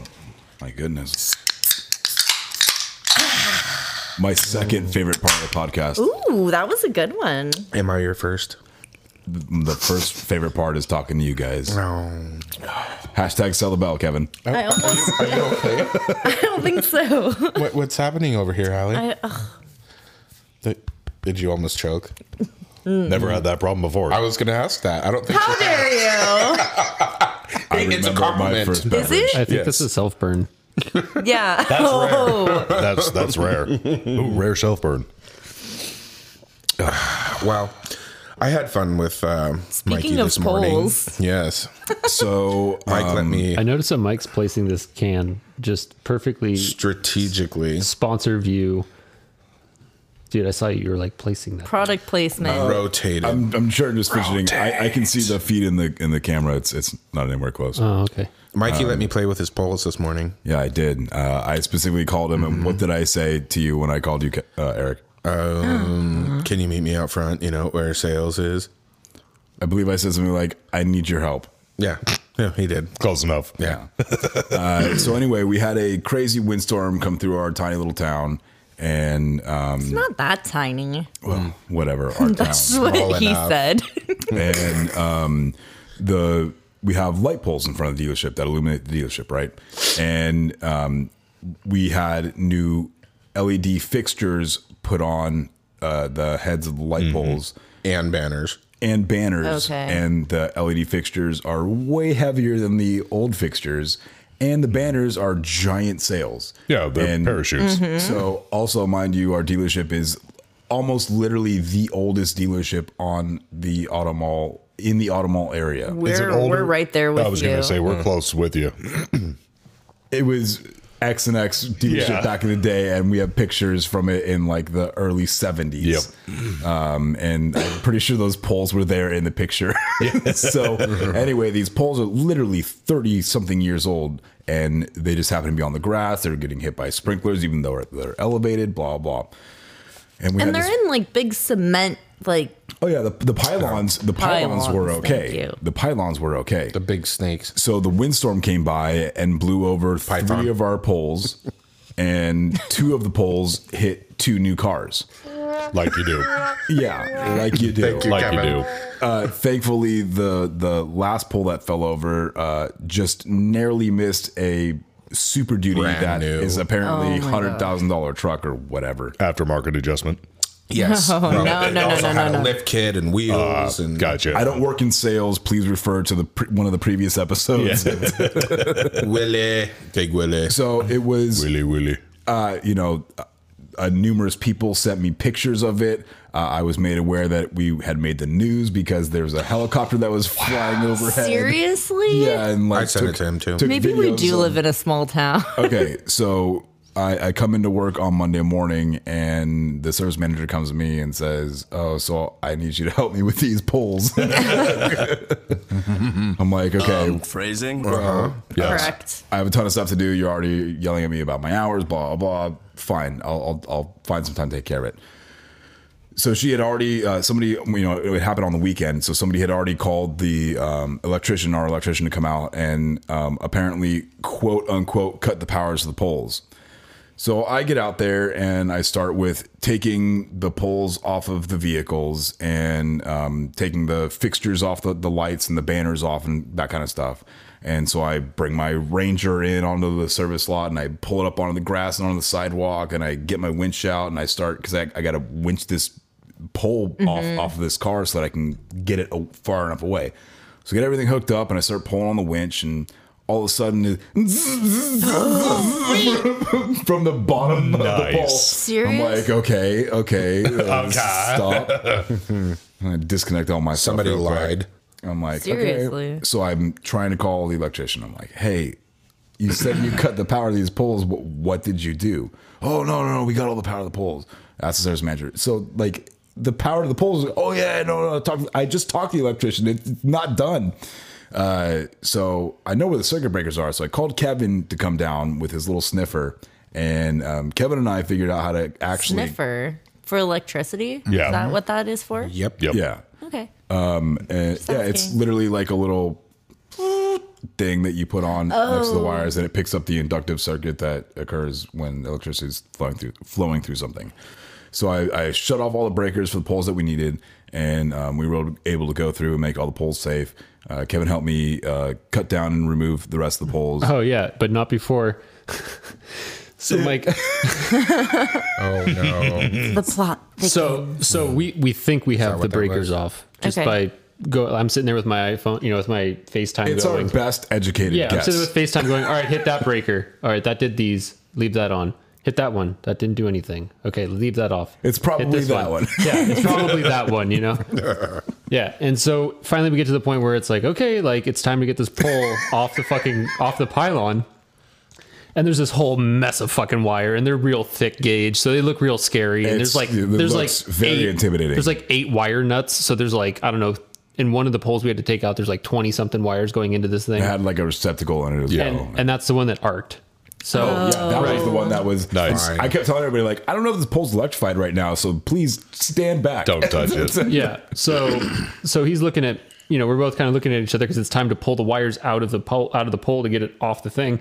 my goodness. My second favorite part of the podcast.
Ooh, that was a good one.
Am I your first?
The first favorite part is talking to you guys.
Oh.
Hashtag sell the bell, Kevin.
I almost
Are you okay?
I don't think so. *laughs*
what, what's happening over here, Allie?
I, ugh.
Did you almost choke?
Never had that problem before.
I was going to ask that. I don't think
How dare
*laughs*
you?
it's a compliment.
first
Is it?
I think this is self burn.
Yeah. That's *laughs* oh.
That's that's
*laughs*
rare. Ooh, rare self burn.
Wow. I had fun with um,
Speaking
Mikey
of
this morning.
polls.
Yes.
So
Mike let me
I noticed that Mike's placing this can just perfectly
strategically
sponsor view. Dude, I saw you. You were like placing that.
Product placement.
rotate it.
I'm, I'm sure I'm just fidgeting. I, I can see the feet in the in the camera. It's it's not anywhere close.
Oh, okay.
Mikey let me play with his polls this morning.
yeah, I did. Uh, I specifically called him. And what did I say to you when I called you, Ca- uh, Eric?
Um, can you meet me out front? You know where sales is.
I believe I said something like, "I need your help."
Yeah, yeah, he did.
Close enough.
Yeah,
Uh, so anyway, we had a crazy windstorm come through our tiny little town, and um,
Not that tiny.
well, whatever
*laughs*
our
That's
town,
what he
enough.
said.
and um, the we have light poles in front of the dealership that illuminate the dealership, right? And um, we had new LED fixtures put on uh, the heads of the
Mm-hmm.
light poles
and banners.
and banners,
Okay.
and the LED fixtures are way heavier than the old fixtures. And the banners are giant sales.
Yeah, they're
And-
Mm-hmm.
parachutes.
So, also, mind you, our dealership is almost literally the oldest dealership on the auto mall in the auto mall area.
Is it
We're,
older?
we're right there with
I was
you.
gonna say we're close with you.
It was X and X dealership
Yeah.
back in the day, and we have pictures from it in like the early 70s. Um, and I'm pretty sure those poles were there in the picture. *laughs* so, anyway, these poles are literally 30 something years old and they just happen to be on the grass. They're getting hit by sprinklers, even though they're elevated, blah, blah. we
and
had
they're
this-
in like big cement, like
Oh yeah, the, the pylons the pylons,
Pylons,
were
thank
okay.
you.
The pylons were okay.
The big snakes.
So the windstorm came by and blew over
Python.
three of our
*laughs*
poles, and two of the poles hit two new cars.
Like you do.
Yeah, like you do.
Thank you,
Like you
Kevin.
do.
Uh, thankfully, the the last pole that fell over uh, just narrowly missed a super duty that
Brand
is
new.
apparently
Oh my
hundred thousand dollar truck or whatever.
Aftermarket adjustment.
*laughs*
Yes.
No, no, Oh, no,
They
no,
also
no,
had
no,
a
no.
lift kit and wheels and
Gotcha.
I don't work in sales. Please refer to the pre- one of the previous episodes.
Willie, big Willie.
So it was
Willy Willy.
uh, you know, uh, numerous people sent me pictures of it. Uh, I was made aware that we had made the news because there was a helicopter that was flying overhead.
seriously.
Yeah, and like
I sent
took-
it to him too.
took
Maybe we
videos
do
of-
live in a small town.
okay, so I, I come into work on Monday morning, and the service manager comes to me and says, "Oh, so I need you to help me with these poles." *laughs* I'm like, okay,
Phrasing?
Uh-huh.
Correct.
I have a ton of stuff to do. You're already yelling at me about my hours, blah, blah, blah. Fine. I'll, I'll, I'll find some time to take care of it. So she had already, uh, somebody, you know, it happened on the weekend. So somebody had already called the um, electrician, our electrician, to come out and um, apparently, quote unquote, cut the powers to the poles. So I get out there and I start with taking the poles off of the vehicles and um, taking the fixtures off the, the lights and the banners off and that kind of stuff. And so I bring my Ranger in onto the service lot and I pull it up onto the grass and onto the sidewalk and I get my winch out and I start because I, I got to winch this pole off off of this car so that I can get it a- far enough away. So I get everything hooked up and I start pulling on the winch and all of a sudden *laughs* from the bottom of the pole.
Nice.
I'm
Serious?
like, okay, okay, uh, stop. I'm gonna disconnect all my stuff
Somebody
real quick.
lied.
I'm like, okay.
Seriously?
So I'm trying to call the electrician. I'm like, hey, you said you cut the power to these poles. What, what did you do? Oh no, no, no, we got all the power to the poles. That's the service manager. So like the power to the poles. Oh yeah, no, no. Talk, I just talked to the electrician. It's not done. Uh, so I know where the circuit breakers are. So I called Kevin to come down with his little sniffer, and um, Kevin and I figured out how to actually.
Sniffer for electricity.
Yeah.
Is that what that is for?
Yep.
Yep.
Yeah.
Okay.
And yeah, it's
okay.
literally like a little thing that you put on next to the wires, and it picks up the inductive circuit that occurs when electricity is flowing through flowing through something. So I, I shut off all the breakers for the poles that we needed, and um, we were able to go through and make all the poles safe. Uh, Kevin helped me uh, cut down and remove the rest of the poles.
Oh yeah, but not before. *laughs* So Mike,
oh no,
the plot.
so so we we think we have the
Hmm. that what that
breakers
was?
off just
Okay.
by go. I'm sitting there with my iPhone, you know, with my FaceTime
It's
going.
our best educated
yeah, I'm
guess.
sitting with FaceTime going. All right, hit that breaker. All right, that did these. Leave that on. Hit that one. That didn't do anything. Okay, leave that off.
It's
Hit
probably
this
that one.
yeah,
*laughs*
it's probably that one. You know. Yeah, and so finally we get to the point where it's like, okay, like it's time to get this
*laughs*
pole off the fucking off the pylon. And there's this whole mess of fucking wire, and they're real thick gauge, so they look real scary. And
It's-
there's like
it
there's like
looks very
eight-
intimidating.
There's like eight wire nuts, so there's like I don't know. In one of the poles we had to take out, there's like twenty something wires going into this thing,
It had like a receptacle in it as
and,
well.
and that's the one that arced. So
Oh, yeah, that
right.
was the one that was.
Nice.
I kept telling everybody like, I don't know if this pole's electrified right now, so please stand back.
Don't touch it.
yeah. So so he's looking at you know we're both kind of looking at each other because it's time to pull the wires out of the pole out of the pole to get it off the thing,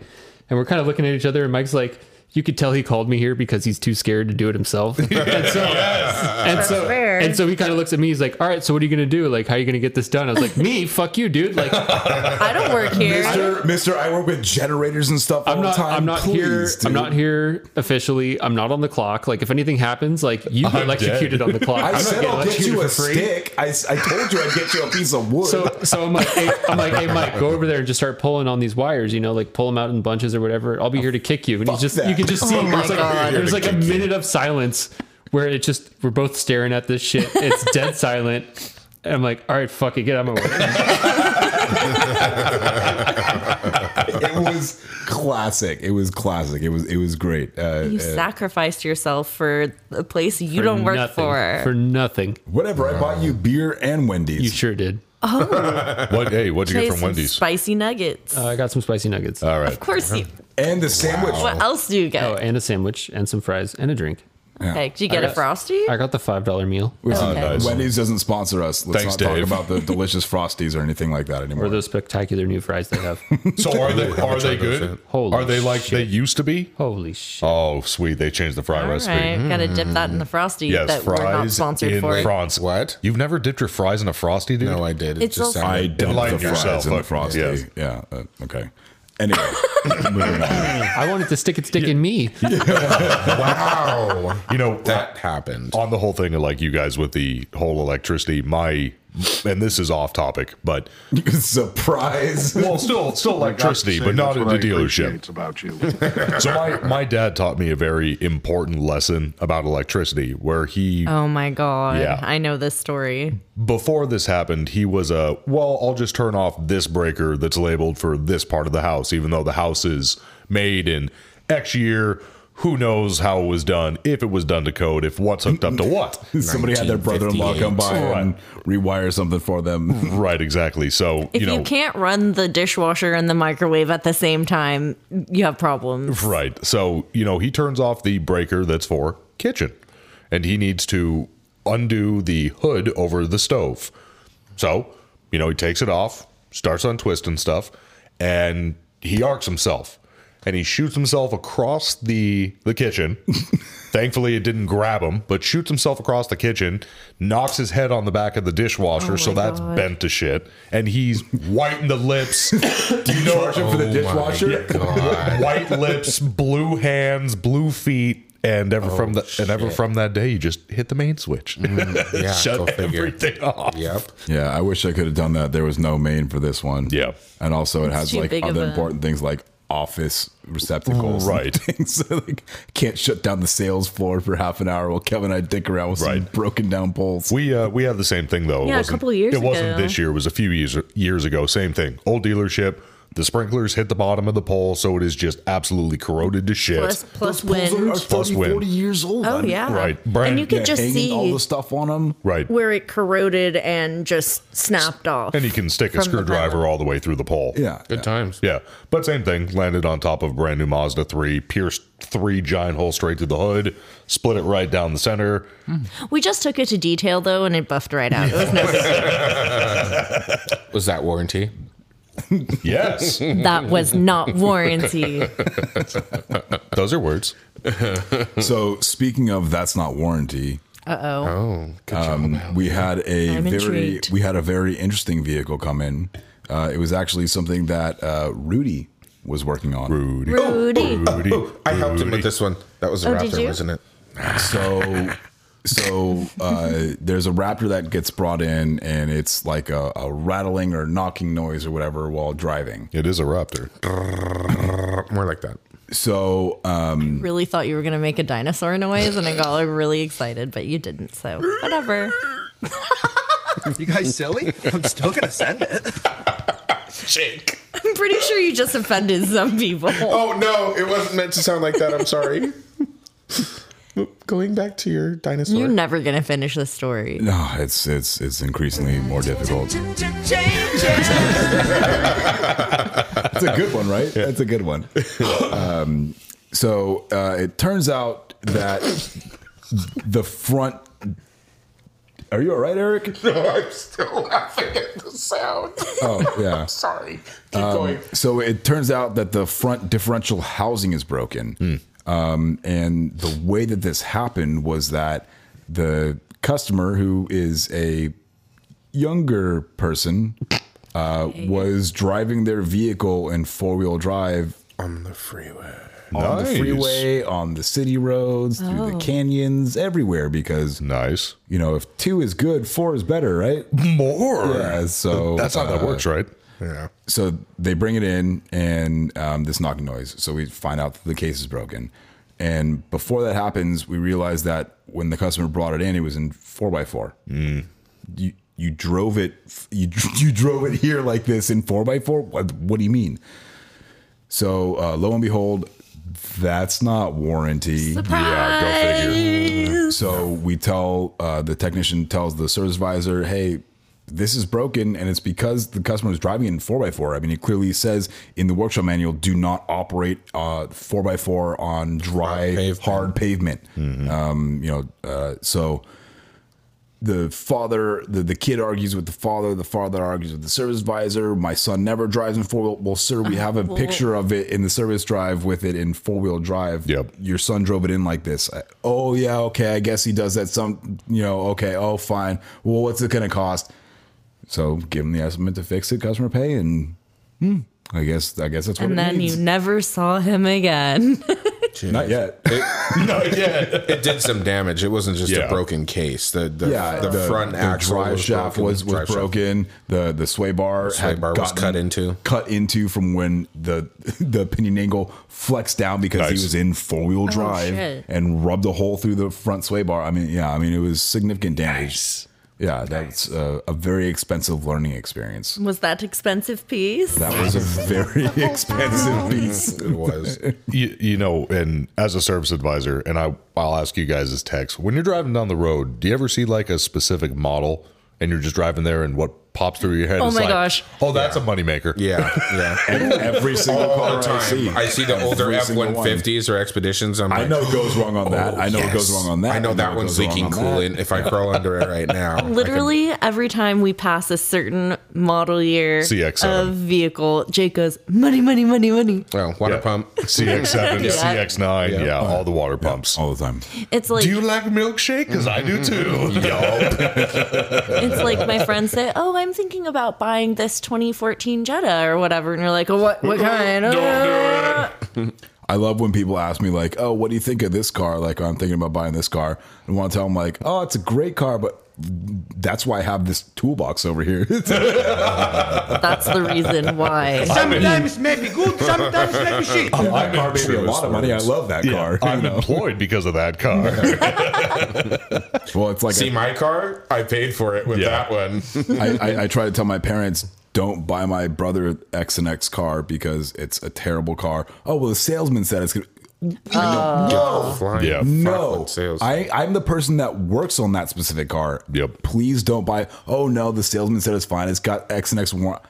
and we're kind of looking at each other. And Mike's like, you could tell he called me here because he's too scared to do it himself. *laughs* and so and so
fair.
and so he kind of looks at me. He's like, all right, so what are you gonna do? Like, how are you gonna get this done? I was like, me? Fuck you, dude. Like.
I don't work here.
Mister, Mister, I work with generators and stuff all
I'm not.
the time.
I'm not
Please,
here.
dude.
I'm not here officially. I'm not on the clock. Like if anything happens, like you get
I'm
electrocuted
dead.
on the clock.
I
I'm not
said
getting
I'll get you a
electrocuted for free.
stick. I, s- I told you I'd get you a piece of wood. *laughs*
So, so I'm like, hey, I'm like, hey, Mike, go over there and just start pulling on these wires. You know, like pull them out in bunches or whatever. I'll be here to kick you. And he's
Fuck
just,
that.
you can just see.
Oh my
there's like,
God.
there's like a minute of silence where it just we're both staring at this shit. It's dead silent. And I'm like, all right, fuck it, get out of my way.
it was classic. It was classic. It was it was great. Uh,
You sacrificed yourself for a place you don't work
Nothing.
for.
for nothing.
whatever. I bought you beer and Wendy's.
You sure did.
What? Hey, what'd you
Play
get from
some
Wendy's?
Spicy nuggets.
Uh, I got some spicy nuggets.
All right.
of course you.
and the sandwich.
What else do you get?
oh, and a sandwich and some fries and a drink.
okay, do you get a
got-
frosty?
I got the five dollar meal
Okay.
Oh, nice.
Wendy's doesn't sponsor us. Let's
Thanks,
not
Dave.
talk about
*laughs*
the delicious frosties or anything like that anymore.
or those spectacular new fries they have.
So are they? Are they
tried those
good?
yet.
Holy
are they like
shit.
they used to be?
Holy shit!
Oh, sweet! They changed the fry
All
recipe.
right, gotta dip that in the frosty
Yes,
that
fries
we're not sponsored
in
for.
France.
What?
You've never dipped your fries in a frosty, dude?
no, I did. It
It's
just
also-
I
sounded.
dumped the
Enlighten
fries
yourself,
and the
fuck,
frosty.
yes.
Yeah. uh, okay. Anyway, *laughs* moving on.
I wanted to stick it stick in me.
Wow,
You know
*laughs* that happened.
on the whole thing of like you guys with the whole electricity. My and this is off topic, but
Surprise.
well, still, still electricity,
Say
but not
that's
at
what
the
I appreciate
dealership.
about you.
*laughs* So my, my dad taught me a very important lesson about electricity where he
Oh my god,
Yeah.
I know this story.
before this happened he was a well I'll just turn off this breaker that's labeled for this part of the house even though the house is made in X year who knows how it was done if it was done to code if what's
*laughs*
hooked up to what
Somebody had their brother-in-law come by and rewire something for them.
*laughs* right exactly so
If
you
you,
know
can't run the dishwasher and the microwave at the same time, you have problems.
Right. So, you know, he turns off the breaker that's for kitchen and he needs to undo the hood over the stove. So, you know, he takes it off, starts untwisting stuff, and he arcs himself and he shoots himself across the the
*laughs*
kitchen. Thankfully, it didn't grab him, but shoots himself across the kitchen, knocks his head on the back of the dishwasher, so
Oh my
that's
God.
bent to shit. And he's white in the
*laughs*
lips. Do you know
Charge him for the
Oh
dishwasher.
*laughs*
white lips, blue hands, blue feet, and ever
Oh,
from the, and ever from that day, you just hit the main switch,
yeah, Mm,
*laughs*
go
shut
figure.
everything off.
Yep.
Yeah, I wish I could have done that. There was no main for this one.
Yeah.
And also it has
too
like
big of
other
a-
important things like office receptacles.
Right.
And things. *laughs* So, like can't shut down the sales floor for half an hour while Kevin and I dick around with some
Right.
broken down poles.
We uh, we had the same thing though.
Yeah,
it
a
wasn't,
couple of years
It wasn't
ago.
this year. It was a few years years ago. Same thing. Old dealership. The sprinklers hit the bottom of the pole, so it is just absolutely corroded to shit.
Plus, plus
Those are-
wind.
are
Plus
30,
wind.
40 years old.
Oh
I'm-
yeah,
Right. Brand-
and you could
yeah,
just
hanging
see
all the stuff on them.
right.
where it corroded and just snapped off.
and you can stick a
from the
screwdriver
bottom.
all the way through the pole.
Yeah.
Good times.
Yeah, but same thing. Landed on top of a brand new Mazda 3, pierced three giant holes straight through the hood, split it right down the center.
We just took it to detail though, and it buffed right out. It was no big
Was that warranty?
Yes,
That was not warranty.
those are words.
So speaking of that's not warranty,
Oh, good job.
we had a
I'm
very
intrigued.
we had a very interesting vehicle come in. Uh, it was actually something that uh, Rudy was working on. Rudy.
Rudy.
Rudy. Oh, I helped him with this one. That was a
Oh, did
raptor,
you?
wasn't it?
So, so uh, there's a raptor that gets brought in, and it's like a, a rattling or knocking noise or whatever while driving.
It is a raptor.
More like that.
So, um,
Really thought you were gonna make a dinosaur noise, and I got like, really excited, but you didn't. So whatever.
You guys silly?
*laughs*
I'm still gonna send it.
Jake.
I'm pretty sure you just offended some people.
Oh no, it wasn't meant to sound like that. I'm *laughs* sorry. Going back to your dinosaur.
You're never gonna finish the story.
no, ah, it's it's it's increasingly more difficult. That's a good one, right? That's a good one. Um, so uh, it turns out that the front. Are you all right, Eric?
No, I'm still laughing at the sound.
Oh yeah.
Sorry. Keep
Um,
going.
so it turns out that the front differential housing is broken.
Hmm.
Um, and the way that this happened was that the customer, who is a younger person, uh, was driving their vehicle in four wheel drive
On the freeway.
on the
Nice.
freeway, on the city roads, through the
Oh.
canyons, everywhere. Because
Hmm. Nice.
you know, if two is good, four is better,
*laughs*
right?
More.
Yeah, so
That's how that
uh,
works, right?
Yeah.
so they bring it in and um, this knocking noise. So we find out that the case is broken. And before that happens, we realize that when the customer brought it in, it was in four x four. You you drove it *laughs* you you drove it here like this in four x four. What, what do you mean? So uh, lo and behold, that's not warranty.
Yeah, go figure.
So we tell uh, the technician tells the service advisor, hey, this is broken, and it's because the customer is driving in four x four. I mean, it clearly says in the workshop manual, do not operate uh, four x four on dry,
pavement.
hard pavement. Um, you know, uh, so the father, the, the kid argues with the father, the father argues with the service advisor. My son never drives in four wheel. Well, sir, we have a picture of it in the service drive with it in four wheel drive.
Yep.
Your son drove it in like this. I- oh, yeah. Okay. I guess he does that. Some, you know, okay. Oh, fine. Well, what's it going to cost? So give him the estimate to fix it, customer pay. And hmm, I guess, I guess that's what
and
it
then
means.
you never saw him again. *laughs*
Not *laughs* yet.
Not yet. It did some damage. It wasn't just
Yeah.
a broken case. The the,
yeah,
the, front axle
drive shaft was, was
drive shaft.
broken. The the sway bar
sway
had
bar was
gotten
cut into.
cut into from when the *laughs* the pinion angle flexed down because he
Nice.
was in four wheel drive
shit.
and rubbed a hole through the front sway bar. I mean, yeah, I mean it was significant damage. Yeah, that's uh, a very expensive learning experience.
Was that expensive piece?
That
*laughs*
was a very expensive piece.
*laughs* It was.
You, you know, and as a service advisor, and I, I'll ask you guys as techs, when you're driving down the road, do you ever see like a specific model and you're just driving there and what pops through your head
Oh
is
my
like,
gosh.
oh, that's a moneymaker.
Yeah,
*laughs*
yeah.
Every single car I see,
I see the older
Every
F
single
one
one.
fifties or expeditions. I'm
I
like,
know it goes wrong on that.
"Oh,
I know it goes
yes.
wrong on that.
I know that
it
one's
goes wrong
leaking
on that.
coolant. If I crawl under it right now, I can-
Literally every time we pass a certain model year
CX-7.
of vehicle, Jake goes, money, money, money, money.
well,
*laughs*
water pump.
CX7,
*laughs* Yeah.
CX9, yeah, Oh.
Yeah.
all the water pumps.
all the time.
It's like
Do you like milkshake? Because I do too. Yup.
it's like my friends say, Oh, I'm thinking about buying this twenty fourteen Jetta or whatever and you're like, Oh what what kind? Uh,
I love when people ask me like, "Oh, what do you think of this car?" Like, "Oh, I'm thinking about buying this car, and want to tell them like, "Oh, it's a great car, but that's why I have this toolbox over here." *laughs*
That's the reason why.
*laughs*
Sometimes maybe good, sometimes maybe shit.
My car made me a lot of money. I love that car. you
I'm
*laughs* know?
employed because of that
*laughs*
car.
Well, it's like
*laughs* See
I,
my car? I paid for it with
Yeah.
*laughs*
that one.
I, I, I try to tell my parents. Don't buy my brother X and X car because it's a terrible car. Oh well, the salesman said it's gonna.
Flying
Yeah.
fuck
No,
with sales.
I, I'm the person that works on that specific car.
Yep.
Please don't buy. Oh no, the salesman said it's fine. It's got X and X warrant.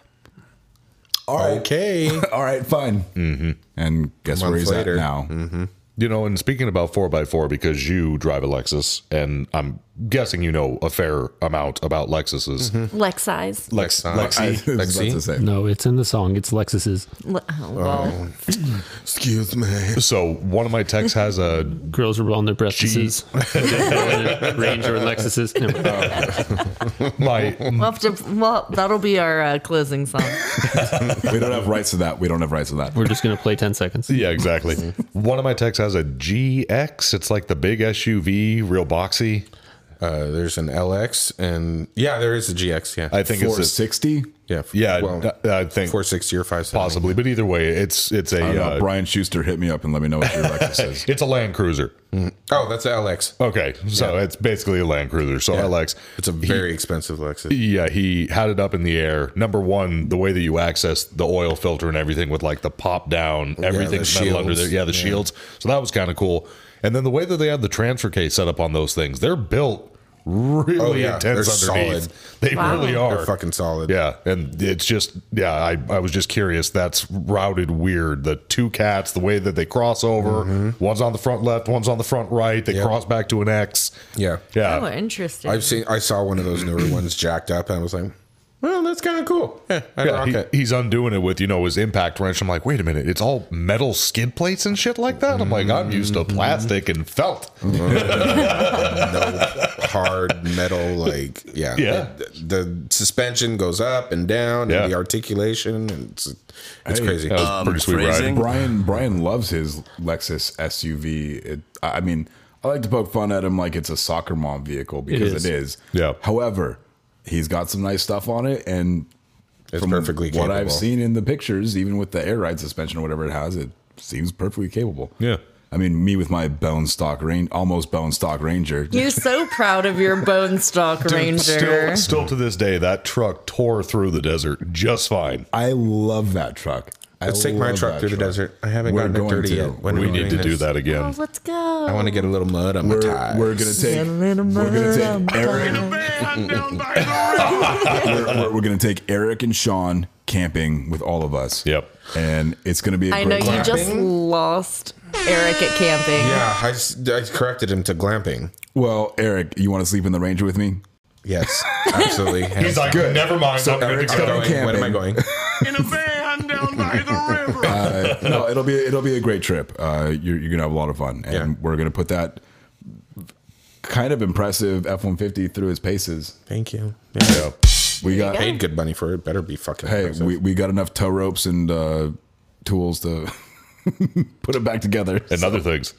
All right.
okay.
*laughs* All right, fine. Mm-hmm. And guess
Month
where he's *laughs* at
later.
now?
You know, and speaking about four by four, because you drive a Lexus, and I'm guessing you know a fair amount about Lexuses.
Mm-hmm.
Lexi's.
Lex,
Lexi.
Lexi.
Lexi.
No, it's in the song. It's Lexus's.
Le- oh, well,
Excuse me.
So one of my texts has a
*laughs*
Girls are rolling their *laughs* breasts. Ranger and
*laughs*
Lexus's. Never mind.
my
we'll have to, well, that'll be our uh, closing song.
we don't have rights to that. We don't have rights to that.
We're just gonna play ten seconds.
yeah exactly. one of my texts has a GX. It's like the big SUV, real boxy.
Uh, there's an LX and yeah, there is a GX. Yeah.
I think it's a,
460.
yeah.
yeah.
Well,
I think
460 or 570.
possibly, but either way, it's it's a
I don't know.
uh,
Brian Schuster, hit me up and let me know what your Lexus is.
it's a Land Cruiser.
Mm-hmm.
Oh, that's an LX.
Okay, so it's basically a Land Cruiser. So LX,
It's a very expensive Lexus.
yeah, he had it up in the air. Number one, the way that you access the oil filter and everything with like the pop down, everything's metal under
shields.
there. Yeah, the shields. So that was kind of cool. And then the way that they had the transfer case set up on those things, they're built really
Oh, yeah.
intense
They're
underneath.
solid.
They
Wow.
really are.
They're fucking solid.
Yeah, and it's just yeah. I, I was just curious. That's routed weird. The two cats, the way that they cross over.
Mm-hmm.
One's on the front left, one's on the front right. They
Yeah.
cross back to an X.
Yeah.
Yeah,
oh, interesting.
I've seen, I saw one of
*clears throat*
those newer ones jacked up and I was like, well, that's kind of cool. Yeah. I
Yeah,
rock
he- *laughs*
it.
he's undoing it with you know his impact wrench. I'm like, wait a minute, it's all metal skid plates and shit like that. I'm like, I'm used
Mm-hmm.
to plastic and
*laughs*
felt.
no hard metal like yeah
Yeah.
It- the suspension goes up and down
Yeah.
and the articulation and it's, it's
Hey,
crazy
That was pretty sweet
phrasing.
ride.
Brian Brian loves his Lexus SUV. It, I I mean, I like to poke fun at him like it's a soccer mom vehicle because it
is.
is.
Yeah.
However, he's got some nice stuff on it, and
It's perfectly
what I've
capable.
seen in the pictures, even with the air ride suspension or whatever it has, it seems perfectly capable.
Yeah.
I mean, me with my bone stock range, almost bone stock Ranger.
You're so proud of your bone stock ranger.
Still, still to this day, that truck tore through the desert just fine.
I love that truck. I
let's take my
love
truck
that
through the desert i haven't
We're
gotten it
going
dirty
to.
yet When
we
am I
need to
doing
do
this?
that
oh, *laughs*
again.
let's go.
i want to get a little mud on my
We're,
tires
we're gonna take we're
Little
gonna
mama.
take Eric. we're, we're, we're gonna take Eric and Sean camping with all of us.
Yep.
and it's gonna be. I
I know you just lost Eric at camping.
yeah I, s- I corrected him to glamping
Well, Eric, you want to sleep in the Ranger with me?
yes absolutely
*laughs* He's like, good. never mind. I'm good
Eric's
to go.
going
going, when am i
camping.
*laughs*
going
In a van down by the river.
Uh, no, it'll be it'll be a great trip. Uh, you're, you're gonna have a lot of fun, and
Yeah.
we're gonna put that kind of impressive F-150 through his paces.
thank you yeah.
We got
paid good money for it better be fucking
hey,
impressive.
we, we got enough tow ropes and uh, tools to *laughs* put it back together.
And other things.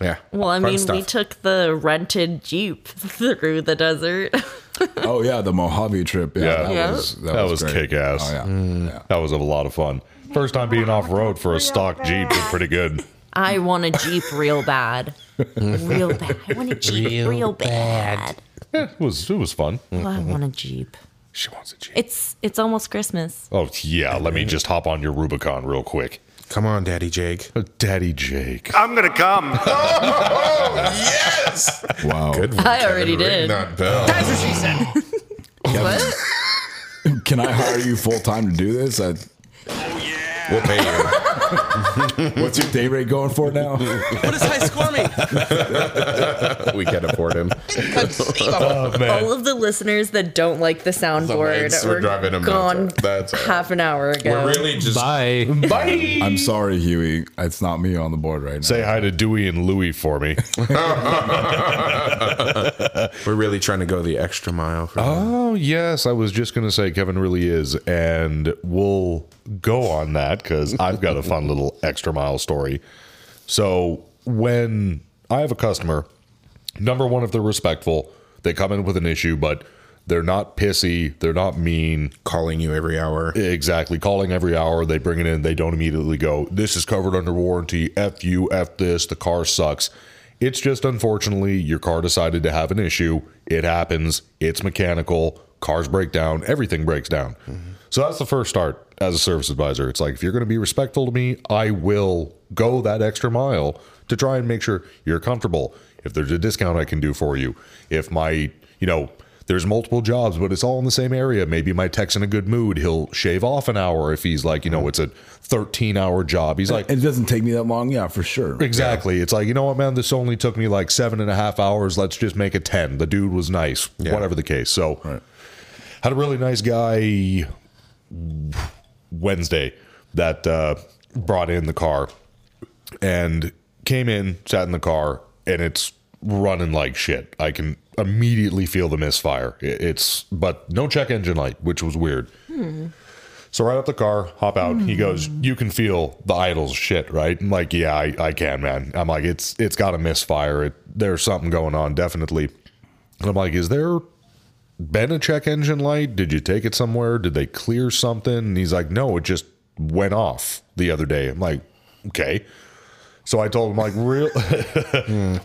yeah
Well, I
Fun
mean, we
stuff.
took the rented Jeep *laughs* through the desert. *laughs*
oh yeah, the Mojave trip. Yeah,
Yeah.
that
Yeah.
was that,
That
was,
was
great.
kick-ass.
Oh yeah. yeah.
That was a lot of fun. First time being off road for a stock Jeep is pretty good.
I want a Jeep real bad. Real bad. I want a Jeep real, bad.
Yeah, it was it was fun.
Well, I want a Jeep.
She wants a Jeep.
It's it's almost Christmas.
Oh yeah, let me just hop on your Rubicon real quick.
come on daddy jake
Oh, Daddy Jake.
Oh,
I'm gonna come.
yes
Wow. *laughs*
good one,
I
Kevin
already did.
Ringnut Bell.
What?
Can I hire you full time to do this? I,
we'll pay you
what's your day rate going for now?
What is high score
*laughs*
mean?
we can afford him.
Oh man.
All of the listeners that don't like the soundboard
lights were
were
driving 'em nuts.
gone
That's all right.
half an hour ago.
We're really just
Bye.
*laughs* I'm sorry, Huey. It's not me on the board right now.
Say hi to Dewey and Louie for me.
we're really trying to go the extra mile. For
oh yes, I was just gonna say Kevin really is, and we'll go on that because I've got a fun little extra mile story. So when I have a customer, number one, if they're respectful, they come in with an issue, but they're not pissy, they're not mean.
calling you every hour.
Exactly. Calling every hour, they bring it in, they don't immediately go, This is covered under warranty, F you, F this, the car sucks. It's just unfortunately your car decided to have an issue. It happens, it's mechanical, cars break down, everything breaks down. So that's the first start as a service advisor. It's like if you're gonna be respectful to me, I will go that extra mile to try and make sure you're comfortable. If there's a discount I can do for you, if my you know, there's multiple jobs, but it's all in the same area. Maybe my tech's in a good mood. He'll shave off an hour if he's like, you know, it's a 13 hour job. He's like,
it doesn't take me that long. Yeah, for sure.
Exactly. It's like, you know what, man, this only took me like seven and a half hours. Let's just make it 10. The dude was nice,
Yeah.
whatever the case. So, had a really nice guy Wednesday that uh, brought in the car and came in, sat in the car, and it's running like shit. I can immediately feel the misfire. I- It's, but no check engine light, which was weird. So right up the car, hop out. He goes,
Hmm.
"You can feel the idle's shit, right?" I'm like, "Yeah, I, I can, man." I'm like, "It's it's got a misfire. It, there's something going on, definitely." And I'm like, "Is there been a check engine light? Did you take it somewhere? Did they clear something?" And he's like, "No, it just went off the other day." I'm like, "Okay." So I told him like, "Real,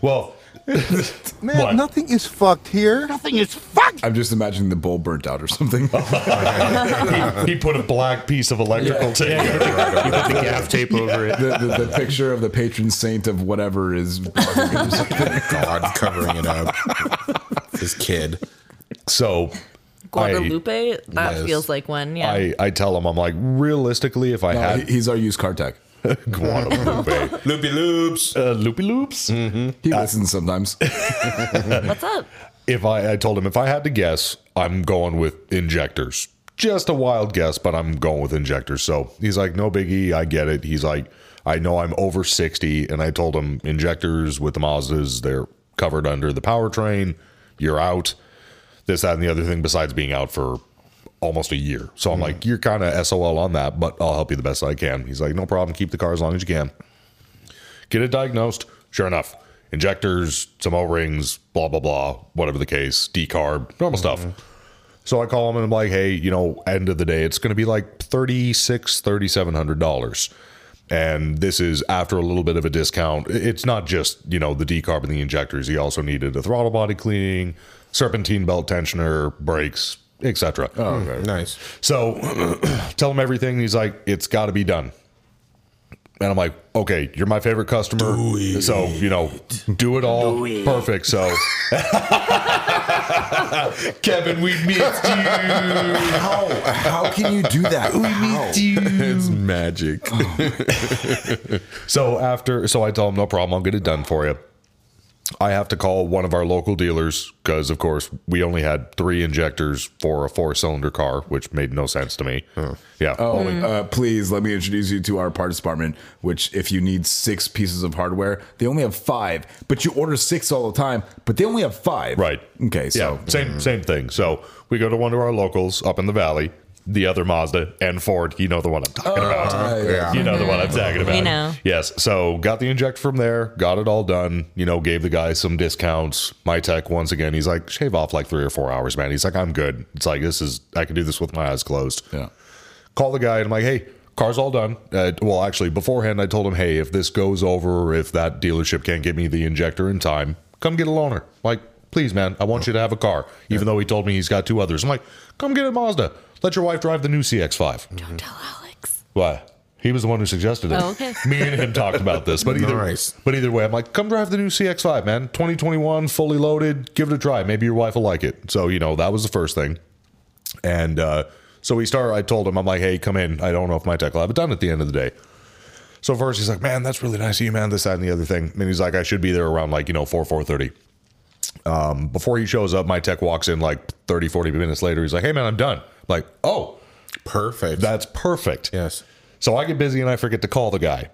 *laughs*
Hmm.
well." *laughs*
Man, nothing is fucked here. Nothing is fucked.
I'm just imagining the bowl burnt out or something. *laughs*
he, he put a black piece of electrical tape.
You put the gaff tape over it.
The, the, the picture of the patron saint of whatever is
*laughs*
*laughs*
*laughs*
God, covering it up. this kid.
So
Guadalupe? that
yes.
feels like one. Yeah.
I, I tell him, I'm like, realistically, if I
No,
had.
he- he's our used car tech.
Guadalupe.
Loopy loops.
uh, loopy loops.
He
Uh,
listens
*laughs*
sometimes.
What's up?
If I, I told him, if I had to guess, I'm going with injectors. Just a wild guess, but I'm going with injectors. So he's like, no biggie. I get it. He's like, I know I'm over 60. And I told him, injectors with the Mazdas, they're covered under the powertrain. You're out. This, that, and the other thing, besides being out for almost a year. So
Mm.
I'm like, you're kind of SOL on that, but I'll help you the best I can. He's like, no problem. Keep the car as long as you can. Get it diagnosed. Sure enough, injectors, some O rings, blah, blah, blah, whatever the case, decarb, normal stuff. So I call him and I'm like, hey, you know, end of the day, it's going to be like $3,600, $3,700. And this is after a little bit of a discount. I- It's not just, you know, the decarb and the injectors. He also needed a throttle body cleaning, serpentine belt tensioner, brakes, etc.
Nice.
So *clears throat* tell him everything. He's like, it's got to be done. And I'm like, okay, you're my favorite customer. So, you know, do it all. Perfect. So, *laughs* Kevin, we meet you.
*laughs* how, how can you do that?
It's magic.
*laughs* So, after, so I tell him, no problem. I'll get it done for you. I have to call one of our local dealers because, of course, we only had three injectors for a four cylinder car, which made no sense to me. Yeah.
Oh, uh, please let me introduce you to our parts department. Which, if you need six pieces of hardware, they only have five. But you order six all the time, but they only have five.
Right.
Okay. So mm.
yeah, same same thing. So we go to one of our locals up in the valley. The other Mazda and Ford. You know the one I'm talking
Oh,
about.
Uh, yeah.
uh, You know the one I'm talking about.
We know.
Yes. So got the inject from there. Got it all done. You know, gave the guy some discounts. My tech once again. He's like, shave off like three or four hours, man. He's like, I'm good. It's like this is I can do this with my eyes closed
yeah.
call the guy and I'm like, hey, car's all done. Uh, well, actually, beforehand, I told him, hey, if this goes over, if that dealership can't get me the injector in time, come get a loaner. Like, please, man, I want you to have a car. Even though he told me he's got two others, I'm like, come get a Mazda. Let your wife drive the new CX-5.
Don't tell Alex.
Why? He was the one who suggested it.
Oh, okay.
*laughs* Me and him talked about this, but either
Nice.
but either way, I'm like, come drive the new CX-5, man. 2021, fully loaded. Give it a try. Maybe your wife will like it. So you know that was the first thing, and uh, so we start. I told him, I'm like, hey, come in. I don't know if my tech will have it done at the end of the day. So first he's like, man, that's really nice of you, man. This, that, and the other thing. And he's like, I should be there around like you know four, four thirty. Um, before he shows up, my tech walks in like 30, 40 minutes later. He's like, hey, man, I'm done. like, oh,
Perfect.
that's perfect.
yes.
So I get busy and I forget to call the guy.